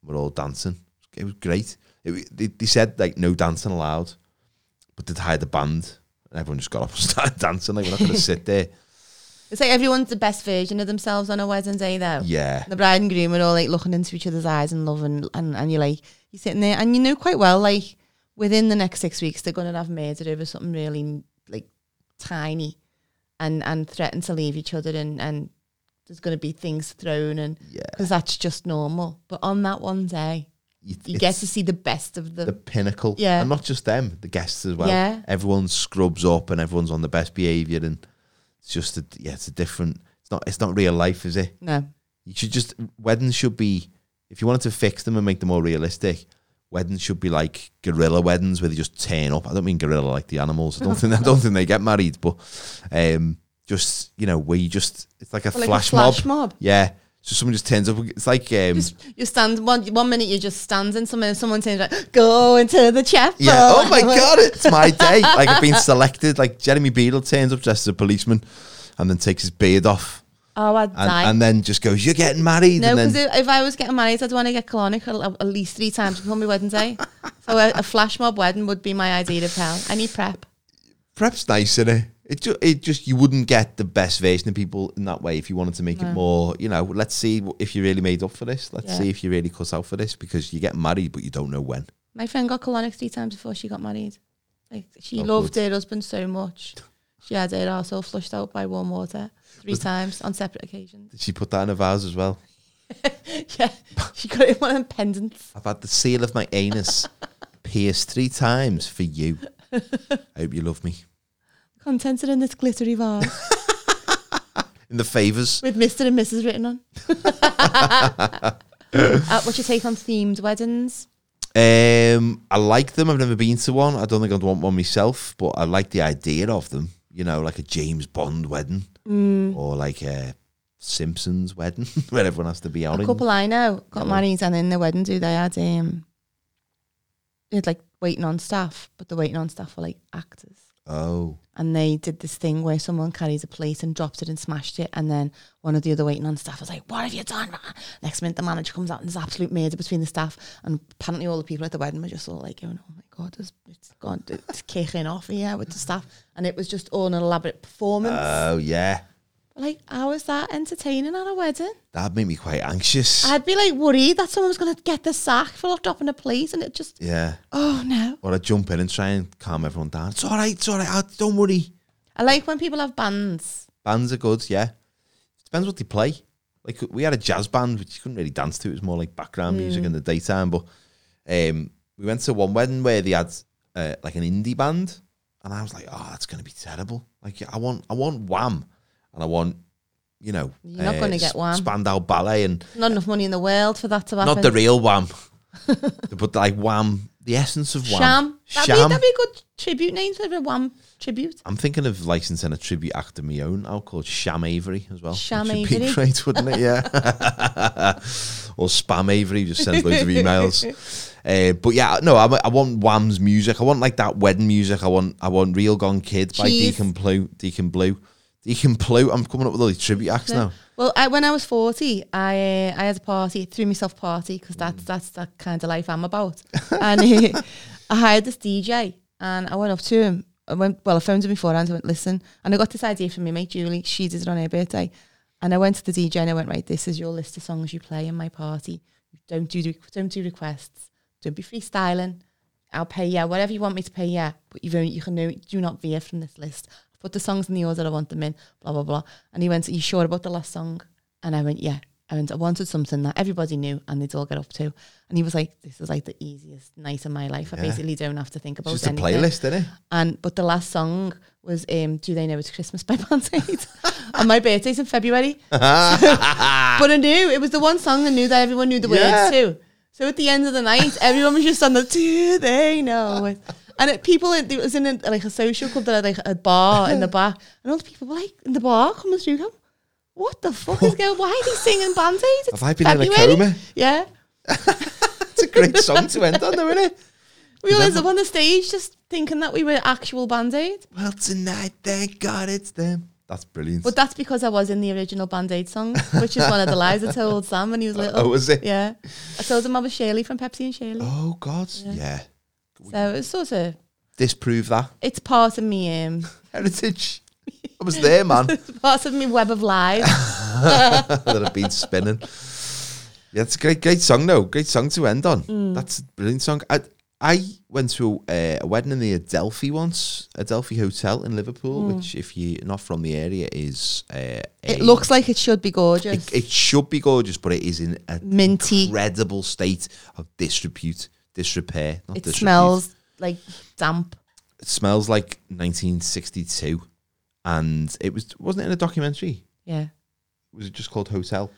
Speaker 2: we're all dancing it was great it, wa- they, they said like no dancing allowed but they'd hired the band and everyone just got up and started dancing like we're not going to sit there
Speaker 1: It's like everyone's the best version of themselves on a wedding day, though.
Speaker 2: yeah
Speaker 1: The bride and groom are all like looking into each other's eyes and loving, and, and you're like, you're sitting there, and you know quite well, like, within the next six weeks, they're going to have murder over something really, like, tiny. and and threaten to leave each other and and there's going to be things thrown and
Speaker 2: Yeah.
Speaker 1: because that's just normal. But on that one day,
Speaker 2: You,
Speaker 1: you
Speaker 2: it's
Speaker 1: get to see the best of them.
Speaker 2: the pinnacle.
Speaker 1: Yeah.
Speaker 2: And not just them, the guests as well.
Speaker 1: Yeah.
Speaker 2: Everyone scrubs up and everyone's on the best behaviour and it's just a yeah, it's a different it's not it's not real life, is it?
Speaker 1: no,
Speaker 2: You should just weddings should be if you wanted to fix them and make them more realistic, weddings should be like gorilla weddings where they just turn up. I don't mean gorilla like the animals. I don't think I don't think they get married, but um just you know, where you just it's like a,
Speaker 1: Well, like a
Speaker 2: flash,
Speaker 1: flash
Speaker 2: mob.
Speaker 1: mob.
Speaker 2: Yeah. So someone just turns up it's like um
Speaker 1: just you stand one one minute you're just standing, someone someone saying like, "Go into the chapel."
Speaker 2: Yeah. Oh my god, it's my day. Like I've been selected. Like Jeremy Beadle turns up dressed as a policeman, and then takes his beard off,
Speaker 1: Oh, I'd
Speaker 2: and,
Speaker 1: die.
Speaker 2: and then just goes, "You're getting married."
Speaker 1: no,
Speaker 2: and
Speaker 1: because
Speaker 2: then
Speaker 1: if, if I was getting married, I'd want to get colonic at, at least three times before my wedding day. so a, a flash mob wedding would be my idea of hell. I need prep.
Speaker 2: perhaps nice in it. It, ju- it just you wouldn't get the best version of people in that way if you wanted to make it
Speaker 1: No.
Speaker 2: more. You know, let's see wh- if you really made up for this. Let's
Speaker 1: Yeah.
Speaker 2: see if you really cut out for this because you get married, but you don't know when.
Speaker 1: My friend got colonic three times before she got married. Like she
Speaker 2: Oh,
Speaker 1: loved
Speaker 2: good.
Speaker 1: her husband so much, she had her arsehole flushed out by warm water three times on separate occasions.
Speaker 2: Did she put that in her vows as well?
Speaker 1: yeah, she got it in one of them pendants.
Speaker 2: I've had the seal of my anus pierced three times for you. I hope you love me.
Speaker 1: Contents are in this glittery vase
Speaker 2: In the favors.
Speaker 1: with Mister and Mrs. written on. uh, what's your take on themed weddings?
Speaker 2: Um, I like them. I've never been to one. I don't think I'd want one myself, but I like the idea of them. You know, like a James Bond wedding
Speaker 1: Mm.
Speaker 2: or like a Simpsons wedding where everyone has to be
Speaker 1: A
Speaker 2: orange.
Speaker 1: couple I know got
Speaker 2: Yeah.
Speaker 1: married and in their wedding do they had um they had like waiting on staff, but the waiting on staff were like actors.
Speaker 2: Oh,
Speaker 1: And they did this thing where someone carries a plate and dropped it and smashed it. And then one of the other waiting on staff was like, What have you done? man?" Next minute, the manager comes out and there's absolute murder between the staff. And apparently, all the people at the wedding were just all like, going, Oh my God, it's, it's, gone, it's kicking off here with the staff. And it was just all an elaborate performance.
Speaker 2: oh yeah.
Speaker 1: like, how is that entertaining at a wedding?
Speaker 2: That'd make me quite anxious.
Speaker 1: I'd be like worried that someone was going to get the sack for not dropping a plate, and it just
Speaker 2: yeah.
Speaker 1: oh no.
Speaker 2: Or I'd jump in and try and calm everyone down. It's all right. It's all right. ah, Don't worry.
Speaker 1: I like when people have bands.
Speaker 2: Bands are good. Yeah. Depends what they play. Like we had a jazz band which you couldn't really dance to. It was more like background music
Speaker 1: Hmm.
Speaker 2: in the daytime. But um, we went to one wedding where they had uh, like an indie band, and I was like, "Oh, that's going to be terrible." Like I want, I want Wham, and I want, you know,
Speaker 1: You're not gonna get
Speaker 2: Sp-
Speaker 1: Wham.
Speaker 2: Spandau Ballet, and
Speaker 1: Not enough money in the world for that to happen.
Speaker 2: not the real Wham, but like Wham, the essence of Wham.
Speaker 1: sham. That'd, Be,
Speaker 2: Sham.
Speaker 1: that'd be a good tribute name for a wham tribute.
Speaker 2: I'm thinking of licensing a tribute act of my own. I'll call it Sham Avery as well.
Speaker 1: Sham
Speaker 2: That should Be
Speaker 1: Avery.
Speaker 2: great, wouldn't it? Yeah. or Spam Avery, just sends loads of emails. Uh, but yeah, no, I, I want Wham's music. I want like that wedding music. I want I want Real Gone Kid by
Speaker 1: Cheese.
Speaker 2: Deacon Blue. Deacon Blue. Deacon Blue. I'm coming up with all these tribute acts now.
Speaker 1: Well, I, when I was forty, I uh, I had a party, threw myself party because that's that's the kind of life I'm about. and uh, I hired this DJ, and I went up to him. I went well, I phoned him beforehand. I went, listen, and I got this idea from my mate Julie. She did it on her birthday, and I went to the DJ and I went, right, this is your list of songs you play in my party. Don't do don't do requests. Don't be freestyling. I'll pay yeah, whatever you want me to pay yeah, but you've only, you can no, do not veer from this list. I've put the songs in the order I want them in, blah blah blah. And he went, "Are you sure about the last song?" And I went, "Yeah." I went, "I wanted something that everybody knew and they'd all get up to." And he was like, "This is like the easiest night of my life. I
Speaker 2: Yeah.
Speaker 1: basically don't have to think about
Speaker 2: It's just a
Speaker 1: anything."
Speaker 2: playlist, isn't it?
Speaker 1: And but the last song was um, "Do They Know It's Christmas" by Band Aid. and my birthday's in February, but I knew it was the one song I knew that everyone knew the
Speaker 2: Yeah.
Speaker 1: words to. So at the end of the night, everyone was just on the "Do They Know It." And it, people, it, was in a, like a social club that had like a bar in the back, and all the people were like in the bar coming through. Going, what the fuck is going? Why are they singing Band Aid? It's
Speaker 2: Have I been in a
Speaker 1: February."
Speaker 2: coma?
Speaker 1: Yeah,
Speaker 2: It's a great song to end on, though, isn't it?
Speaker 1: we all ended up on the stage just thinking that we were actual Band Aid.
Speaker 2: Well, tonight, thank God it's them. That's brilliant.
Speaker 1: But that's because I was in the original Band Aid song, which is one of the lies I told Sam when he was little.
Speaker 2: oh, was it?
Speaker 1: Yeah. I told him I was Shirley from Pepsi and Shirley.
Speaker 2: Oh God, yeah. Oh,
Speaker 1: So it's sort of,
Speaker 2: Disprove that
Speaker 1: it's part of me, um,
Speaker 2: heritage. I was there, man.
Speaker 1: it's part of me web of lies.
Speaker 2: that have been
Speaker 1: Mm.
Speaker 2: spinning. Yeah, it's a great, great song though. Great song to end on. That's a brilliant song. I, I went to uh, a, a wedding in the Adelphi once, Adelphi Hotel in Liverpool, which, if you're not from the area, is uh,
Speaker 1: Mm. It
Speaker 2: a-
Speaker 1: looks like it should be gorgeous.
Speaker 2: It, it should be gorgeous, but it is in a
Speaker 1: Minty.
Speaker 2: incredible state of disrepute, disrepair. Not
Speaker 1: It
Speaker 2: disrepute.
Speaker 1: smells like damp.
Speaker 2: It smells like 1962, and it was wasn't it in a documentary?
Speaker 1: Yeah.
Speaker 2: Was it just called Hotel?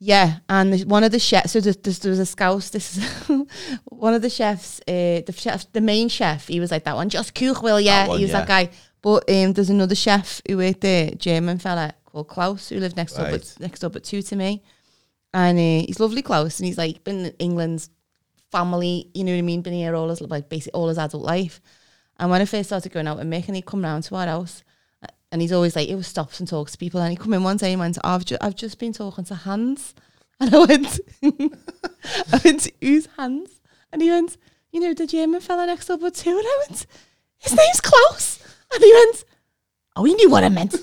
Speaker 1: Yeah, and the, one of the chefs. So there's, there's, there was a scouse. This is one of the chefs. Uh, the chef, the main chef. He was like that one. Just Kuch, will yeah.
Speaker 2: That one,
Speaker 1: he was that guy. But um, there's another chef who worked there, German fella called Klaus, who lived next up
Speaker 2: Right.
Speaker 1: at, next up at two to me, and uh, he's lovely, Klaus, and he's like been in England's family. You know what I mean? Been here all his like basically all his adult life. And when I first started going out with Mick, and he'd come round to our house, uh, and he's always like, he always stops and talks to people. And he come in one day and went, I've, ju- I've just been talking to Hans. And I went, I went, who's Hans? And he went, you know, the German fella next door, but two. And I went, his name's Klaus. And he went, oh, he knew what I meant.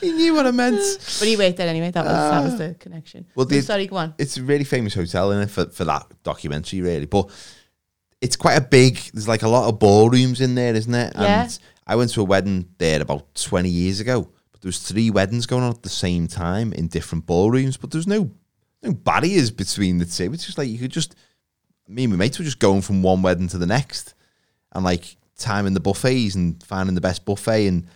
Speaker 2: He knew what I meant.
Speaker 1: but he worked there anyway. That was, that was the connection. Well,
Speaker 2: Well, the-
Speaker 1: sorry, go on.
Speaker 2: it's a really famous hotel in it for, for that documentary, really. But it's quite a big. There's like a lot of ballrooms in there, isn't it?
Speaker 1: Yeah.
Speaker 2: And I went to a wedding there about 20 years ago, but there was three weddings going on at the same time in different ballrooms. But there's no no barriers between the two. It's just like you could just me and my mates were just going from one wedding to the next, and like timing the buffets and finding the best buffet and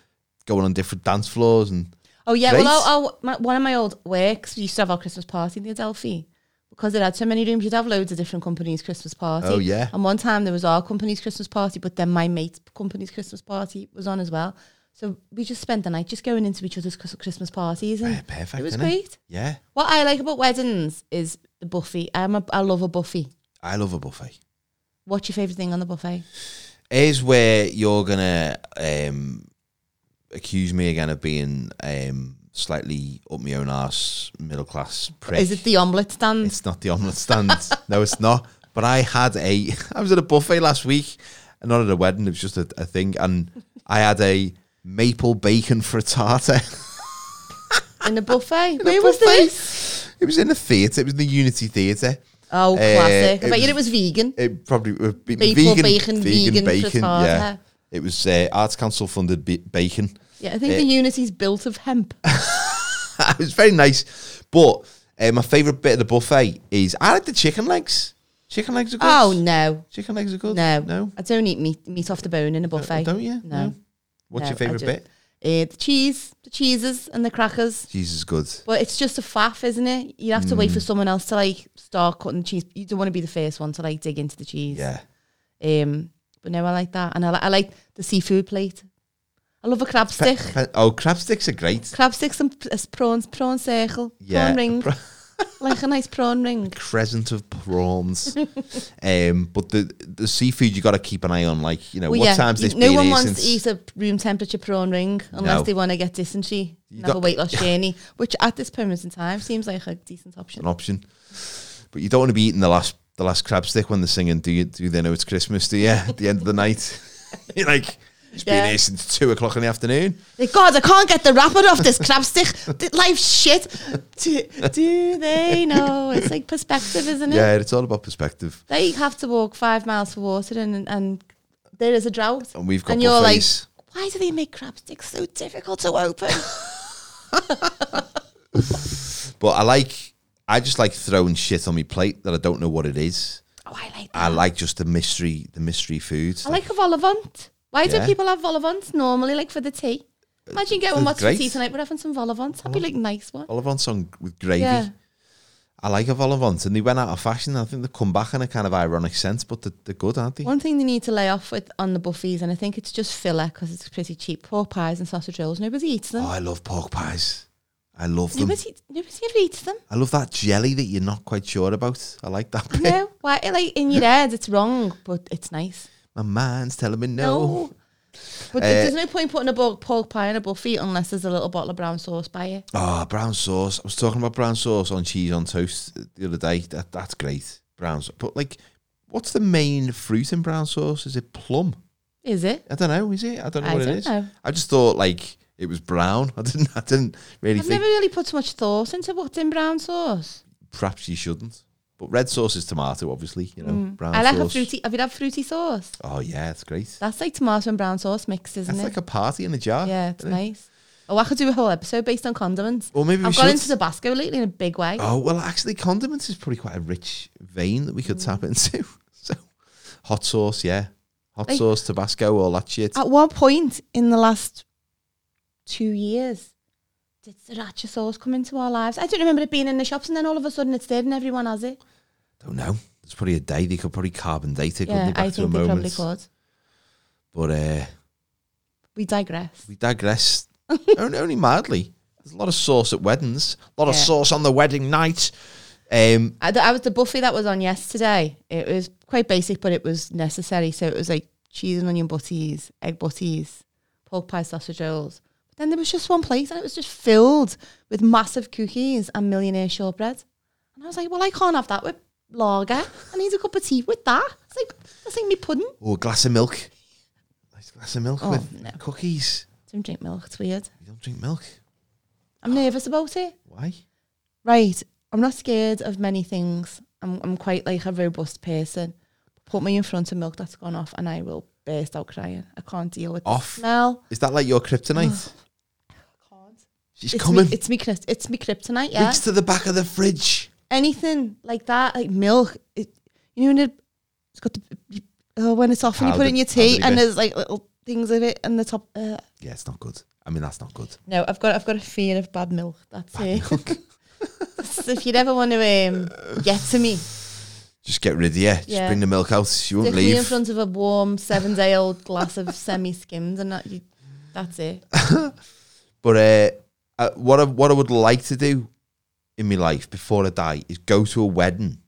Speaker 2: going on different dance floors and
Speaker 1: Oh yeah,
Speaker 2: Great.
Speaker 1: well, I'll, I'll, my, one of my old works we used to have our Christmas party in the Adelphi because it had so many rooms. You'd have loads of different companies' Christmas party.
Speaker 2: Oh, yeah.
Speaker 1: And one time there was our company's Christmas party, but then my mate's company's Christmas party was on as well. So we just spent the night just going into each other's Chris- Christmas parties, and
Speaker 2: Yeah, perfect.
Speaker 1: it was
Speaker 2: innit?
Speaker 1: great.
Speaker 2: Yeah,
Speaker 1: What I like about weddings is the buffet. I'm a, I love a buffet.
Speaker 2: I love a buffet.
Speaker 1: What's your favorite thing on the buffet?
Speaker 2: is where you're gonna um, accuse me again of being um, slightly up my own arse, middle class prick.
Speaker 1: Is it the omelette stand?
Speaker 2: It's not the omelette stand. no, it's not. But I had a. I was at a buffet last week, and not at a wedding. It was just a, a thing, and I had a maple bacon frittata.
Speaker 1: in a buffet? Where
Speaker 2: a
Speaker 1: was
Speaker 2: buffet.
Speaker 1: this?
Speaker 2: it was in a theatre. It was in the Unity Theatre.
Speaker 1: Oh,
Speaker 2: Uh,
Speaker 1: classic. I
Speaker 2: it
Speaker 1: bet you
Speaker 2: was-
Speaker 1: it was vegan.
Speaker 2: It probably would be
Speaker 1: Maple
Speaker 2: vegan,
Speaker 1: bacon, vegan frittata.
Speaker 2: Yeah, it was uh, Arts Council funded b- bacon.
Speaker 1: Yeah, I think the Unity's built of hemp.
Speaker 2: it was very nice. But uh, my favourite bit of the buffet is I like the chicken legs. Chicken legs are good.
Speaker 1: Oh no,
Speaker 2: chicken legs are good.
Speaker 1: no,
Speaker 2: no. Oh,
Speaker 1: I don't eat meat meat off the bone in a buffet.
Speaker 2: Don't you?
Speaker 1: No.
Speaker 2: What's
Speaker 1: No,
Speaker 2: your favourite
Speaker 1: I
Speaker 2: bit?
Speaker 1: just- Uh, the cheese, the cheeses, and the crackers.
Speaker 2: Jesus, is good.
Speaker 1: But it's just a faff, isn't it? You have to
Speaker 2: Hmm.
Speaker 1: wait for someone else to like start cutting the cheese. You don't want to be the first one to like dig into the cheese.
Speaker 2: Yeah.
Speaker 1: Um. But no, I like that, and I, li- I like the seafood plate. I love a crab stick.
Speaker 2: Pe- oh, crab sticks are great.
Speaker 1: crab sticks and p- uh, prawns, prawn circle,
Speaker 2: Yeah.
Speaker 1: prawn ring,
Speaker 2: Pra-
Speaker 1: like a nice prawn ring.
Speaker 2: Crescent of prawns. um, but the the seafood you got to keep an eye on. Like you know, what time's
Speaker 1: you-
Speaker 2: this
Speaker 1: no
Speaker 2: been
Speaker 1: one
Speaker 2: here
Speaker 1: wants
Speaker 2: since?
Speaker 1: to eat a room temperature prawn ring unless
Speaker 2: No.
Speaker 1: they want to get dysentery
Speaker 2: You
Speaker 1: and have a
Speaker 2: got-
Speaker 1: weight loss journey, which at this moment in time seems like a decent option.
Speaker 2: an option. But you don't want to be eating the last the last crab stick when they're singing. Do you? Do they know it's Christmas? Do you? At the end of the night, you're like, it's been
Speaker 1: Yeah.
Speaker 2: here since two o'clock in the afternoon.
Speaker 1: Like, God, I can't get the wrapper off this crab stick. Th- Life's shit. Do, do they know? It's like perspective, isn't it?
Speaker 2: Yeah, it's all about perspective.
Speaker 1: They have to walk five miles for water, and and there is a drought.
Speaker 2: And we've got
Speaker 1: And you're like,
Speaker 2: buffets.
Speaker 1: why do they make crab sticks so difficult to open?
Speaker 2: But I like, I just like throwing shit on my plate that I don't know what it is.
Speaker 1: Oh, I like that.
Speaker 2: I like just the mystery, the mystery foods.
Speaker 1: I like a volivant. Why
Speaker 2: Yeah.
Speaker 1: do people have volivants normally, like for the tea? Imagine going, what's for
Speaker 2: great.
Speaker 1: tea tonight? We're having some volivants. That'd be like a nice one.
Speaker 2: Olivant's on with gravy.
Speaker 1: Yeah.
Speaker 2: I like a Olivant, and they went out of fashion. I think they've come back in a kind of ironic sense, but they're, they're good, aren't they?
Speaker 1: One thing they need to lay off with on the buffets, and I think it's just filler because it's pretty cheap. Pork pies and sausage rolls. Nobody eats
Speaker 2: Oh,
Speaker 1: them.
Speaker 2: I love pork pies. I love them.
Speaker 1: Nobody, nobody ever eats them.
Speaker 2: I love that jelly that you're not quite sure about. I like that bit.
Speaker 1: No, why? Like in your head, it's wrong, but it's nice.
Speaker 2: My mind's telling me no. Uh,
Speaker 1: No. But there's no point putting a bulk pork pie in a buffet unless there's a little bottle of brown sauce by it.
Speaker 2: Oh, brown sauce. I was talking about brown sauce on cheese on toast the other day. That that's great. Brown sauce. But like what's the main fruit in brown sauce? Is it plum?
Speaker 1: Is it?
Speaker 2: I don't know, is it? I don't know
Speaker 1: I
Speaker 2: what
Speaker 1: don't
Speaker 2: it is.
Speaker 1: know.
Speaker 2: I just thought like it was brown. I didn't I didn't really
Speaker 1: I've
Speaker 2: think
Speaker 1: never really put much thought into what's in brown sauce.
Speaker 2: perhaps you shouldn't. But red sauce is tomato, obviously. You know, brown
Speaker 1: Mm. I like a
Speaker 2: sauce.
Speaker 1: fruity. Have you had fruity sauce?
Speaker 2: Oh yeah, it's great.
Speaker 1: That's like tomato and brown sauce mixed, isn't
Speaker 2: That's
Speaker 1: it?
Speaker 2: like a party in a jar.
Speaker 1: yeah, it's
Speaker 2: isn't it?
Speaker 1: nice. Oh, I could do a whole episode based on condiments.
Speaker 2: Or maybe we
Speaker 1: I've gone
Speaker 2: should.
Speaker 1: into Tabasco lately in a big way.
Speaker 2: Oh well, actually, condiments is probably quite a rich vein that we could
Speaker 1: Mm.
Speaker 2: tap into. So, hot sauce, yeah, hot
Speaker 1: Like-
Speaker 2: sauce, Tabasco, all that shit.
Speaker 1: At one point in the last two years, did sriracha sauce come into our lives? I don't remember it being in the shops, and then all of a sudden it's there, and everyone has it.
Speaker 2: Don't know. It's probably a day they could probably carbon date it. couldn't
Speaker 1: yeah,
Speaker 2: they, back
Speaker 1: I
Speaker 2: to a
Speaker 1: think they probably
Speaker 2: moment.
Speaker 1: could.
Speaker 2: But uh,
Speaker 1: We digress.
Speaker 2: we digress. only, only mildly. There's a lot of sauce at weddings. A lot of
Speaker 1: Yeah.
Speaker 2: sauce on the wedding night. Um,
Speaker 1: I, th- I was the buffet that was on yesterday. It was quite basic, but it was necessary. So it was like cheese and onion butties, egg butties, pork pie sausage rolls. But then there was just one place, and it was just filled with massive cookies and millionaire shortbread. And I was like, well, I can't have that with lager. I need a cup of tea with that. It's like that's like me pudding.
Speaker 2: or oh, a glass of milk. Nice glass of milk
Speaker 1: Oh,
Speaker 2: with
Speaker 1: no.
Speaker 2: cookies.
Speaker 1: Don't drink milk. It's weird.
Speaker 2: You don't drink milk.
Speaker 1: I'm nervous about it.
Speaker 2: Why?
Speaker 1: Right. I'm not scared of many things. I'm, I'm quite like a robust person. Put me in front of milk that's gone off and I will burst out crying. I can't deal with the
Speaker 2: Off?
Speaker 1: smell.
Speaker 2: Is that like your kryptonite? She's
Speaker 1: It's
Speaker 2: coming.
Speaker 1: Me, it's me. krypt- It's me kryptonite. Yeah.
Speaker 2: Reach to the back of the fridge.
Speaker 1: Anything like that, like milk. It, you know, when it, it's got the oh, when it's off and you put it in your
Speaker 2: Powdered-
Speaker 1: tea and
Speaker 2: powdery bit.
Speaker 1: there's like little things of it on the top. Uh,
Speaker 2: Yeah, it's not good. I mean, that's not good.
Speaker 1: no, I've got I've got a fear of bad milk. That's it.
Speaker 2: Milk.
Speaker 1: so if you'd ever want to um, get to me,
Speaker 2: Just get rid of you. Just
Speaker 1: Yeah.
Speaker 2: bring the milk out. She won't
Speaker 1: Stick me in
Speaker 2: leave.
Speaker 1: front of a warm seven day old glass of semi skimmed, and that you, that's it.
Speaker 2: But uh, uh, what I, what I would like to do in my life before I die is go to a wedding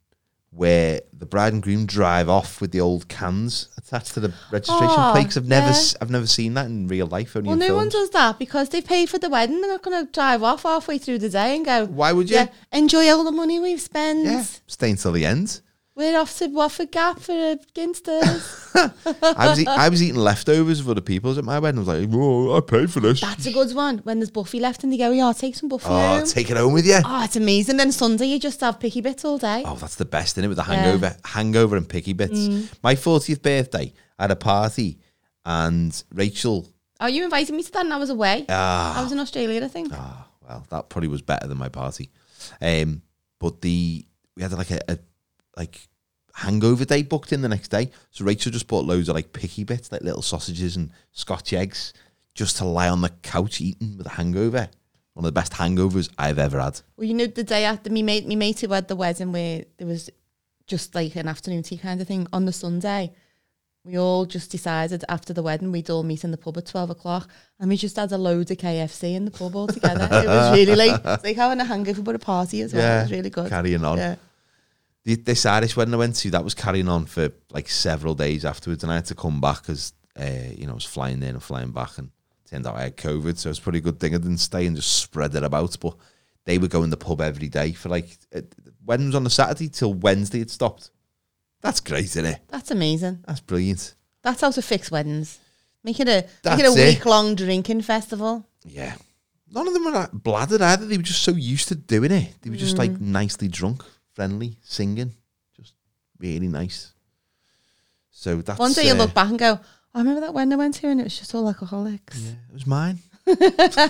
Speaker 2: where the bride and groom drive off with the old cans attached to the registration
Speaker 1: Oh,
Speaker 2: plates. I've never
Speaker 1: yeah.
Speaker 2: s- I've never seen that in real life. Only
Speaker 1: Well,
Speaker 2: in
Speaker 1: no one
Speaker 2: films.
Speaker 1: does that because they paid for the wedding. They're not going to drive off halfway through the day and go,
Speaker 2: Why would you?
Speaker 1: yeah, enjoy all the money we've spent.
Speaker 2: Yeah, stay until the end.
Speaker 1: We're off to Watford Gap for a Ginsters.
Speaker 2: I was eat, I was eating leftovers of other people's at my wedding. I was like, oh, I paid for this.
Speaker 1: that's a good one. When there's Buffy left and they go, yeah, take some Buffy
Speaker 2: Oh,
Speaker 1: home.
Speaker 2: take it home with you.
Speaker 1: oh, it's amazing. Then Sunday, you just have picky bits all day.
Speaker 2: Oh, that's the best in it with the hangover, hangover and picky bits.
Speaker 1: Mm.
Speaker 2: My 40th birthday, I had a party, and Rachel.
Speaker 1: Oh, you invited me to that and I was away.
Speaker 2: Ah,
Speaker 1: I was in Australia, I think.
Speaker 2: ah, well, that probably was better than my party. Um, but the we had like a, a like hangover day booked in the next day, so Rachel just bought loads of like picky bits, like little sausages and Scotch eggs, just to lie on the couch eating with a hangover. One of the best hangovers I've ever had.
Speaker 1: Well, you know, the day after me mate, me mate who had the wedding where there was just like an afternoon tea kind of thing on the Sunday. We all just decided after the wedding we'd all meet in the pub at twelve o'clock, and we just had a load of KFC in the pub all together. it was really like it's like having a hangover but a party as well. It was really good.
Speaker 2: Carrying on.
Speaker 1: Yeah.
Speaker 2: the, this Irish wedding I went to, that was carrying on for like several days afterwards, and I had to come back because uh, you know I was flying in and flying back, and turned out I had COVID, so it's pretty good thing I didn't stay and just spread it about. But they were going to the pub every day for like it, wedding was on a Saturday till Wednesday it stopped. That's great, isn't it?
Speaker 1: That's amazing.
Speaker 2: That's brilliant.
Speaker 1: That's how to fix weddings. Make it a make
Speaker 2: That's
Speaker 1: it a
Speaker 2: it.
Speaker 1: week long drinking festival.
Speaker 2: Yeah. None of them were like, bladdered either. They were just so used to doing it. They were just like nicely drunk, friendly, singing, just really nice. So that's
Speaker 1: One day you
Speaker 2: uh,
Speaker 1: look back and go, "Oh, I remember that wedding I went to and it was just all alcoholics.
Speaker 2: Yeah, it was mine.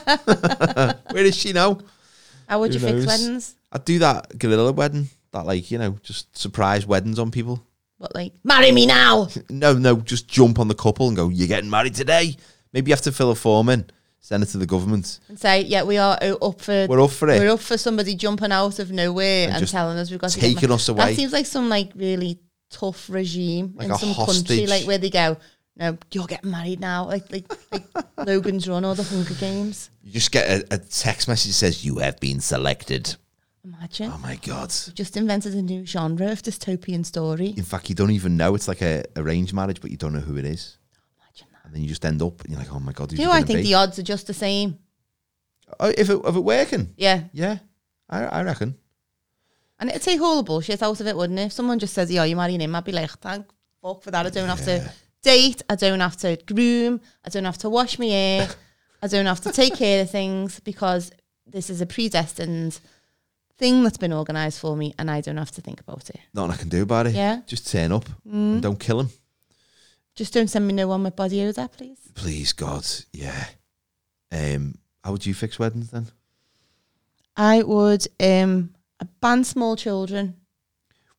Speaker 2: Where is she now?
Speaker 1: How would you
Speaker 2: Who
Speaker 1: fix
Speaker 2: knows?
Speaker 1: weddings?
Speaker 2: I'd do that gorilla wedding, that like you know, just surprise weddings on people.
Speaker 1: But like, marry me now.
Speaker 2: No, no, just jump on the couple and go. You're getting married today. Maybe you have to fill a form in, send it to the government.
Speaker 1: and say, "Yeah, we are o- up for
Speaker 2: We're up for it.
Speaker 1: we're up for somebody jumping out of nowhere
Speaker 2: And
Speaker 1: and,
Speaker 2: just
Speaker 1: telling us we've got to get
Speaker 2: taking
Speaker 1: ma-"
Speaker 2: us away.
Speaker 1: That seems like some like really tough regime
Speaker 2: Like
Speaker 1: in
Speaker 2: a
Speaker 1: some country,
Speaker 2: hostage.
Speaker 1: like where they go, "No, you're getting married now," like like, like Logan's Run or the Hunger Games.
Speaker 2: You just get a, a text message that says you have been selected.
Speaker 1: Imagine
Speaker 2: Oh my god!
Speaker 1: just invented a new genre of dystopian story.
Speaker 2: In fact, you don't even know it's like a arranged marriage, but you don't know who it is,
Speaker 1: Imagine that.
Speaker 2: and then you just end up and you're like, oh my god. Who's
Speaker 1: Do you
Speaker 2: it
Speaker 1: know, I
Speaker 2: gonna
Speaker 1: think
Speaker 2: be?
Speaker 1: the odds are just the same.
Speaker 2: oh, if it if it working,
Speaker 1: Yeah,
Speaker 2: yeah, I I reckon.
Speaker 1: and it'd take all the bullshit out of it, wouldn't it? If someone just says, "Yeah, you're marrying him," I'd be like, "Thank fuck for that. I don't have to date. I don't have to groom. I don't have to wash my hair. I don't have to take care of things because this is a predestined thing that's been organised for me and I don't have to think about it.
Speaker 2: Nothing I can do about it.
Speaker 1: Yeah. Mm.
Speaker 2: Just turn up and don't kill him.
Speaker 1: Just don't send me no one with body odour, please.
Speaker 2: Please, God. Yeah. Um, how would you fix weddings then?
Speaker 1: I would um ban small children.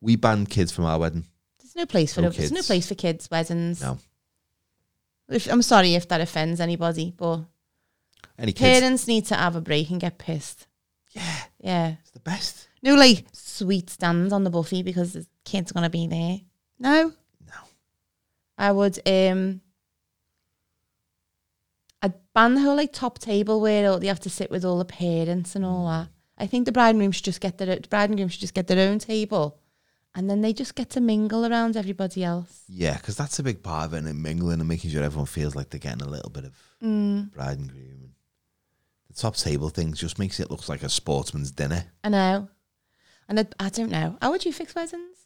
Speaker 2: We banned kids from our wedding.
Speaker 1: There's no place for
Speaker 2: No
Speaker 1: the- there's no
Speaker 2: kids.
Speaker 1: place for kids weddings.
Speaker 2: No.
Speaker 1: If, I'm sorry if that offends anybody, but
Speaker 2: Any kids?
Speaker 1: parents need to have a break and get pissed.
Speaker 2: Yeah.
Speaker 1: Yeah.
Speaker 2: It's the best.
Speaker 1: No like sweet stands on the buffet because the kids are gonna be there. No.
Speaker 2: No.
Speaker 1: I would um I'd ban the whole like top table where all- they have to sit with all the parents and all that. I think the bride and groom should just get their the bride and groom should just get their own table, and then they just get to mingle around everybody else.
Speaker 2: Yeah, because that's a big part of it, and mingling and making sure everyone feels like they're getting a little bit of
Speaker 1: Mm.
Speaker 2: bride and groom. And the top table thing just makes it look like a sportsman's dinner.
Speaker 1: I know, and I, I don't know. How would you fix weddings?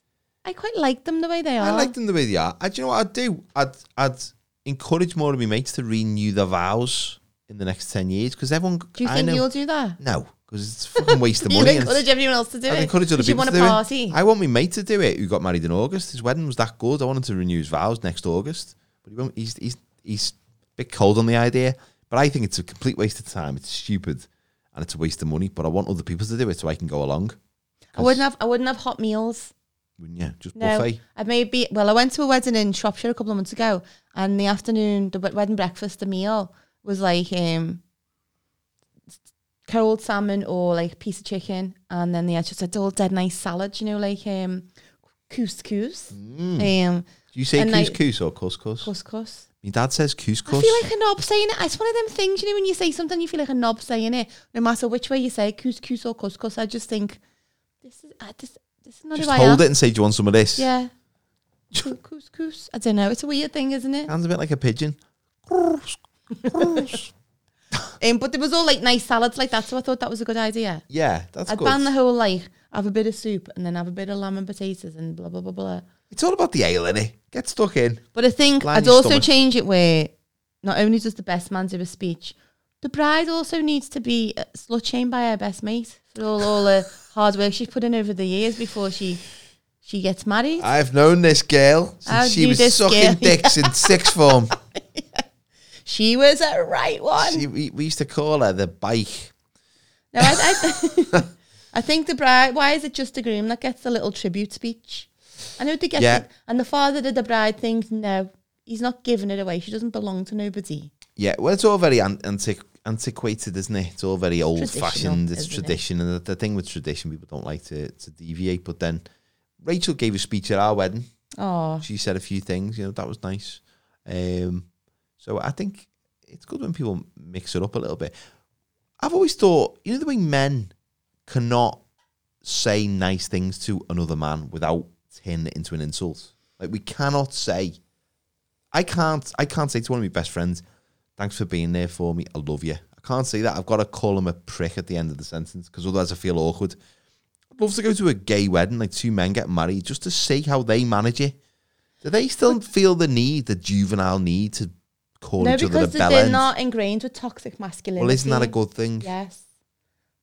Speaker 1: I quite like them the way they are.
Speaker 2: I like them the way they are. I, do you know what I'd do? I'd I'd encourage more of my mates to renew their vows in the next ten years because everyone.
Speaker 1: do you
Speaker 2: I
Speaker 1: think
Speaker 2: know,
Speaker 1: you'll do that?
Speaker 2: No, because it's a fucking waste of
Speaker 1: You
Speaker 2: money. and
Speaker 1: encourage
Speaker 2: it's-
Speaker 1: everyone else to do
Speaker 2: I'd
Speaker 1: it.
Speaker 2: encourage other
Speaker 1: 'cause you
Speaker 2: people
Speaker 1: want
Speaker 2: to
Speaker 1: a
Speaker 2: do
Speaker 1: party.
Speaker 2: it. I want my mate to do it. Who got married in August? His wedding was that good. I wanted to renew his vows next August, but he won't. He's he's he's a bit cold on the idea. But I think it's a complete waste of time. It's stupid, and it's a waste of money. But I want other people to do it so I can go along.
Speaker 1: I wouldn't have. I wouldn't have hot meals.
Speaker 2: Wouldn't you? Just
Speaker 1: No,
Speaker 2: buffet.
Speaker 1: I maybe. Well, I went to a wedding in Shropshire a couple of months ago, and the afternoon, the wed- wedding breakfast, the meal was like um, cold salmon or like a piece of chicken, and then they had just a all dead nice salad. You know, like um, couscous, um,
Speaker 2: Do you say
Speaker 1: And, like-
Speaker 2: couscous or couscous?
Speaker 1: couscous.
Speaker 2: My dad says couscous.
Speaker 1: I feel like a knob saying it. It's one of them things, you know, when you say something, you feel like a knob saying it, no matter which way you say it, couscous or couscous. I just think this is I this this is not
Speaker 2: just
Speaker 1: who I
Speaker 2: hold
Speaker 1: am.
Speaker 2: it and say, "Do you want some of this?"
Speaker 1: Yeah. Cou- couscous. I don't know. It's a weird thing, isn't it?
Speaker 2: Sounds a bit like a pigeon.
Speaker 1: Um, but there was all like nice salads like that, so I thought that was a good idea.
Speaker 2: yeah, that's
Speaker 1: I'd
Speaker 2: good.
Speaker 1: ban the whole like have a bit of soup and then have a bit of lamb and potatoes and blah blah blah blah.
Speaker 2: it's all about the ale, innit? Get stuck in.
Speaker 1: But I think
Speaker 2: Line
Speaker 1: I'd
Speaker 2: your
Speaker 1: also
Speaker 2: stomach.
Speaker 1: change it where not only does the best man do a speech, the bride also needs to be uh, slut shamed by her best mate for all, all the hard work she's put in over the years before she she gets married.
Speaker 2: I've known this girl since
Speaker 1: I've
Speaker 2: she
Speaker 1: knew
Speaker 2: was
Speaker 1: this
Speaker 2: sucking
Speaker 1: girl.
Speaker 2: dicks in sixth form.
Speaker 1: she was a right one.
Speaker 2: She, we, we used to call her the bike.
Speaker 1: no, I, I, I think the bride. Why is it just the groom that gets the little tribute speech? I know they get
Speaker 2: Yeah.
Speaker 1: it, and the father of the bride thinks no, he's not giving it away. She doesn't belong to nobody.
Speaker 2: Yeah, well, it's all very an- antiqu- antiquated, isn't it? It's all very old fashioned. It's
Speaker 1: isn't it?
Speaker 2: tradition. And the, the thing with tradition, people don't like to, to deviate. But then Rachel gave a speech at our wedding.
Speaker 1: Oh,
Speaker 2: She said a few things, you know, that was nice. Um, so I think it's good when people mix it up a little bit. I've always thought, you know, the way men cannot say nice things to another man without turning it into an insult. Like we cannot say, I can't, I can't say to one of my best friends, "Thanks for being there for me. I love you." I can't say that. I've got to call him a prick at the end of the sentence because otherwise I feel awkward. I'd love to go to a gay wedding, like two men get married, just to see how they manage it. Do they still feel the need, the juvenile need, to call
Speaker 1: no,
Speaker 2: each other
Speaker 1: because
Speaker 2: the
Speaker 1: they're
Speaker 2: bell end?
Speaker 1: not ingrained with toxic masculinity.
Speaker 2: Well, isn't that a good thing?
Speaker 1: Yes.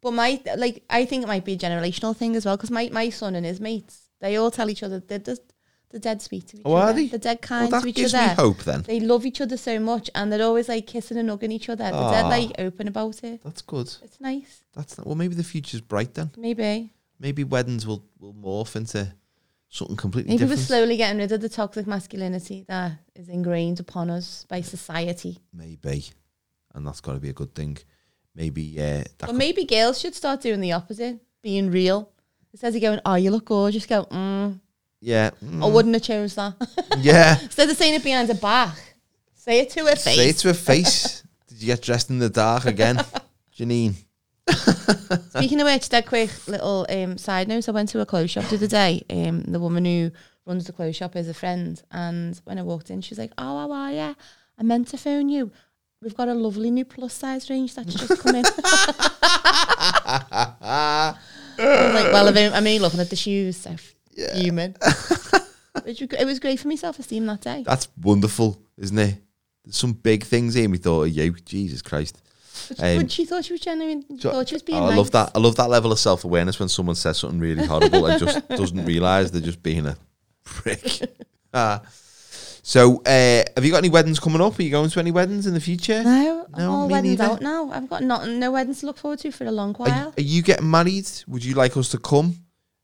Speaker 1: But my like, I think it might be a generational thing as well because my, my son and his mates, they all tell each other they're just they're dead sweet to each
Speaker 2: Oh,
Speaker 1: other.
Speaker 2: are they?
Speaker 1: They're dead kind
Speaker 2: Well, that
Speaker 1: to each
Speaker 2: gives
Speaker 1: other.
Speaker 2: me hope then.
Speaker 1: They love each other so much, and they're always like kissing and hugging each other. They're dead
Speaker 2: Aw.
Speaker 1: like open about it.
Speaker 2: That's good.
Speaker 1: It's nice,
Speaker 2: That's well, maybe the future's bright then.
Speaker 1: maybe.
Speaker 2: Maybe weddings will, will morph into something completely
Speaker 1: Maybe we're
Speaker 2: different.
Speaker 1: slowly getting rid of the toxic masculinity that is ingrained upon us by society.
Speaker 2: maybe, and that's got to be a good thing. Maybe, uh, that
Speaker 1: But
Speaker 2: could-
Speaker 1: maybe girls should start doing the opposite, being real. Instead of going, oh, you look gorgeous, go, mm,
Speaker 2: yeah, mm,
Speaker 1: I wouldn't have chose that.
Speaker 2: yeah.
Speaker 1: Instead of saying it behind her back, say it to her face.
Speaker 2: Say it to her face. Did you get dressed in the dark again, Janine?
Speaker 1: Speaking of which, dead quick little um, side note. I went to a clothes shop the other day. Um, the woman who runs the clothes shop is a friend, and when I walked in, she was like, "Oh, how are you? I meant to phone you. We've got a lovely new plus size range that's just come in." I was like, "Well, I'm only- I'm only looking at the shoes, so f- human." Which was gr- it was great for my self esteem that day.
Speaker 2: That's wonderful, isn't it? There's some big things here. and We thought of you, Jesus Christ.
Speaker 1: But,
Speaker 2: Um,
Speaker 1: but she thought she was genuine. She
Speaker 2: Do you-
Speaker 1: thought she was being.
Speaker 2: Oh, I
Speaker 1: nice.
Speaker 2: love that. I love that level of self awareness when someone says something really horrible and just doesn't realize they're just being a prick. Ah. so, uh, have you got any weddings coming up? Are you going to any weddings in the future?
Speaker 1: No, I'm
Speaker 2: No,
Speaker 1: all
Speaker 2: me
Speaker 1: weddings
Speaker 2: neither.
Speaker 1: out now. I've got not, no weddings to look forward to for a long
Speaker 2: Are, you-
Speaker 1: while.
Speaker 2: are you getting married? Would you like us to come?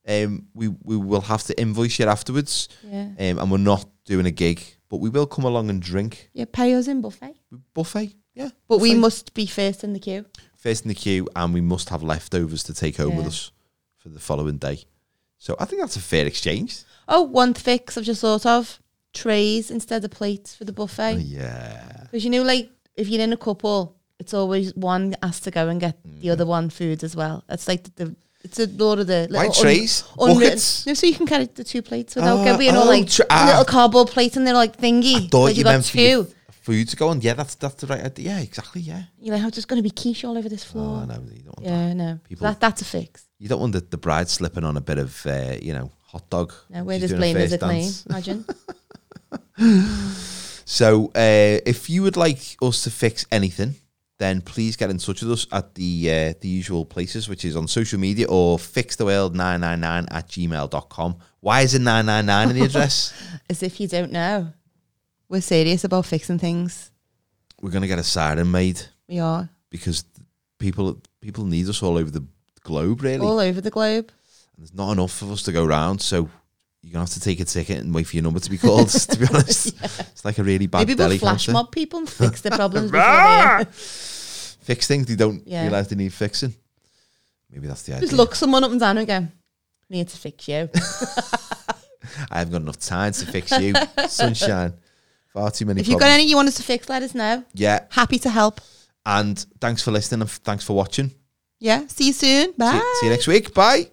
Speaker 2: Um, we we will have to invoice you afterwards,
Speaker 1: yeah.
Speaker 2: um, and we're not doing a gig, but we will come along and drink
Speaker 1: Yeah, pay us in buffet.
Speaker 2: buffet. Yeah,
Speaker 1: But we
Speaker 2: buffet.
Speaker 1: must be first in the queue.
Speaker 2: first in the queue, and we must have leftovers to take home with
Speaker 1: Yeah.
Speaker 2: us for the following day. So I think that's a fair exchange.
Speaker 1: Oh, one fix I've just thought of. Trays instead of plates for the buffet.
Speaker 2: Yeah.
Speaker 1: Because you know, like, if you're in a couple, it's always one has to go and get the other one food as well. It's like the, the it's a lot of the
Speaker 2: White
Speaker 1: little un-
Speaker 2: trays,
Speaker 1: unwritten-
Speaker 2: buckets.
Speaker 1: No, so you can carry the two plates without
Speaker 2: Ah,
Speaker 1: getting being all
Speaker 2: oh,
Speaker 1: like
Speaker 2: tra- ah.
Speaker 1: little cardboard plates and they're like thingy.
Speaker 2: Thought
Speaker 1: like
Speaker 2: you
Speaker 1: got
Speaker 2: meant for your
Speaker 1: two.
Speaker 2: food to go on. Yeah, that's that's the right idea. Yeah, exactly. Yeah.
Speaker 1: You're like, oh, there's going to be quiche all over this floor.
Speaker 2: Oh no, you don't want that.
Speaker 1: yeah, no.
Speaker 2: People-
Speaker 1: That, that's a fix.
Speaker 2: You don't want the, the bride slipping on a bit of uh, you know hot dog.
Speaker 1: No,
Speaker 2: when
Speaker 1: where
Speaker 2: she's
Speaker 1: there's
Speaker 2: doing
Speaker 1: blame, there's a
Speaker 2: first
Speaker 1: claim.
Speaker 2: dance.
Speaker 1: Imagine.
Speaker 2: So uh, if you would like us to fix anything, then please get in touch with us at the uh, the usual places, which is on social media or fixtheworld999 at gmail.com. Why is it 999 in the address?
Speaker 1: As if you don't know. We're serious about fixing things.
Speaker 2: We're going to get a siren made
Speaker 1: We are
Speaker 2: because people people need us all over the globe, really.
Speaker 1: all over the globe.
Speaker 2: there's not enough of us to go round, so you're gonna have to take a ticket and wait for your number to be called. to be honest, it's like a really bad
Speaker 1: Maybe we'll
Speaker 2: deli Ah!
Speaker 1: flash
Speaker 2: counter.
Speaker 1: mob people and fix their problems. before they-
Speaker 2: Fix things they don't
Speaker 1: Yeah.
Speaker 2: realize they need fixing. Maybe that's the idea.
Speaker 1: Just look someone up and down again. Need to fix you.
Speaker 2: I haven't got enough time to fix you, sunshine. Far too many
Speaker 1: if you've got
Speaker 2: problems.
Speaker 1: any you want us to fix, let us know.
Speaker 2: yeah,
Speaker 1: Happy to help.
Speaker 2: and thanks for listening and f- thanks for watching.
Speaker 1: Yeah. See you soon. Bye.
Speaker 2: See, see you next week. Bye.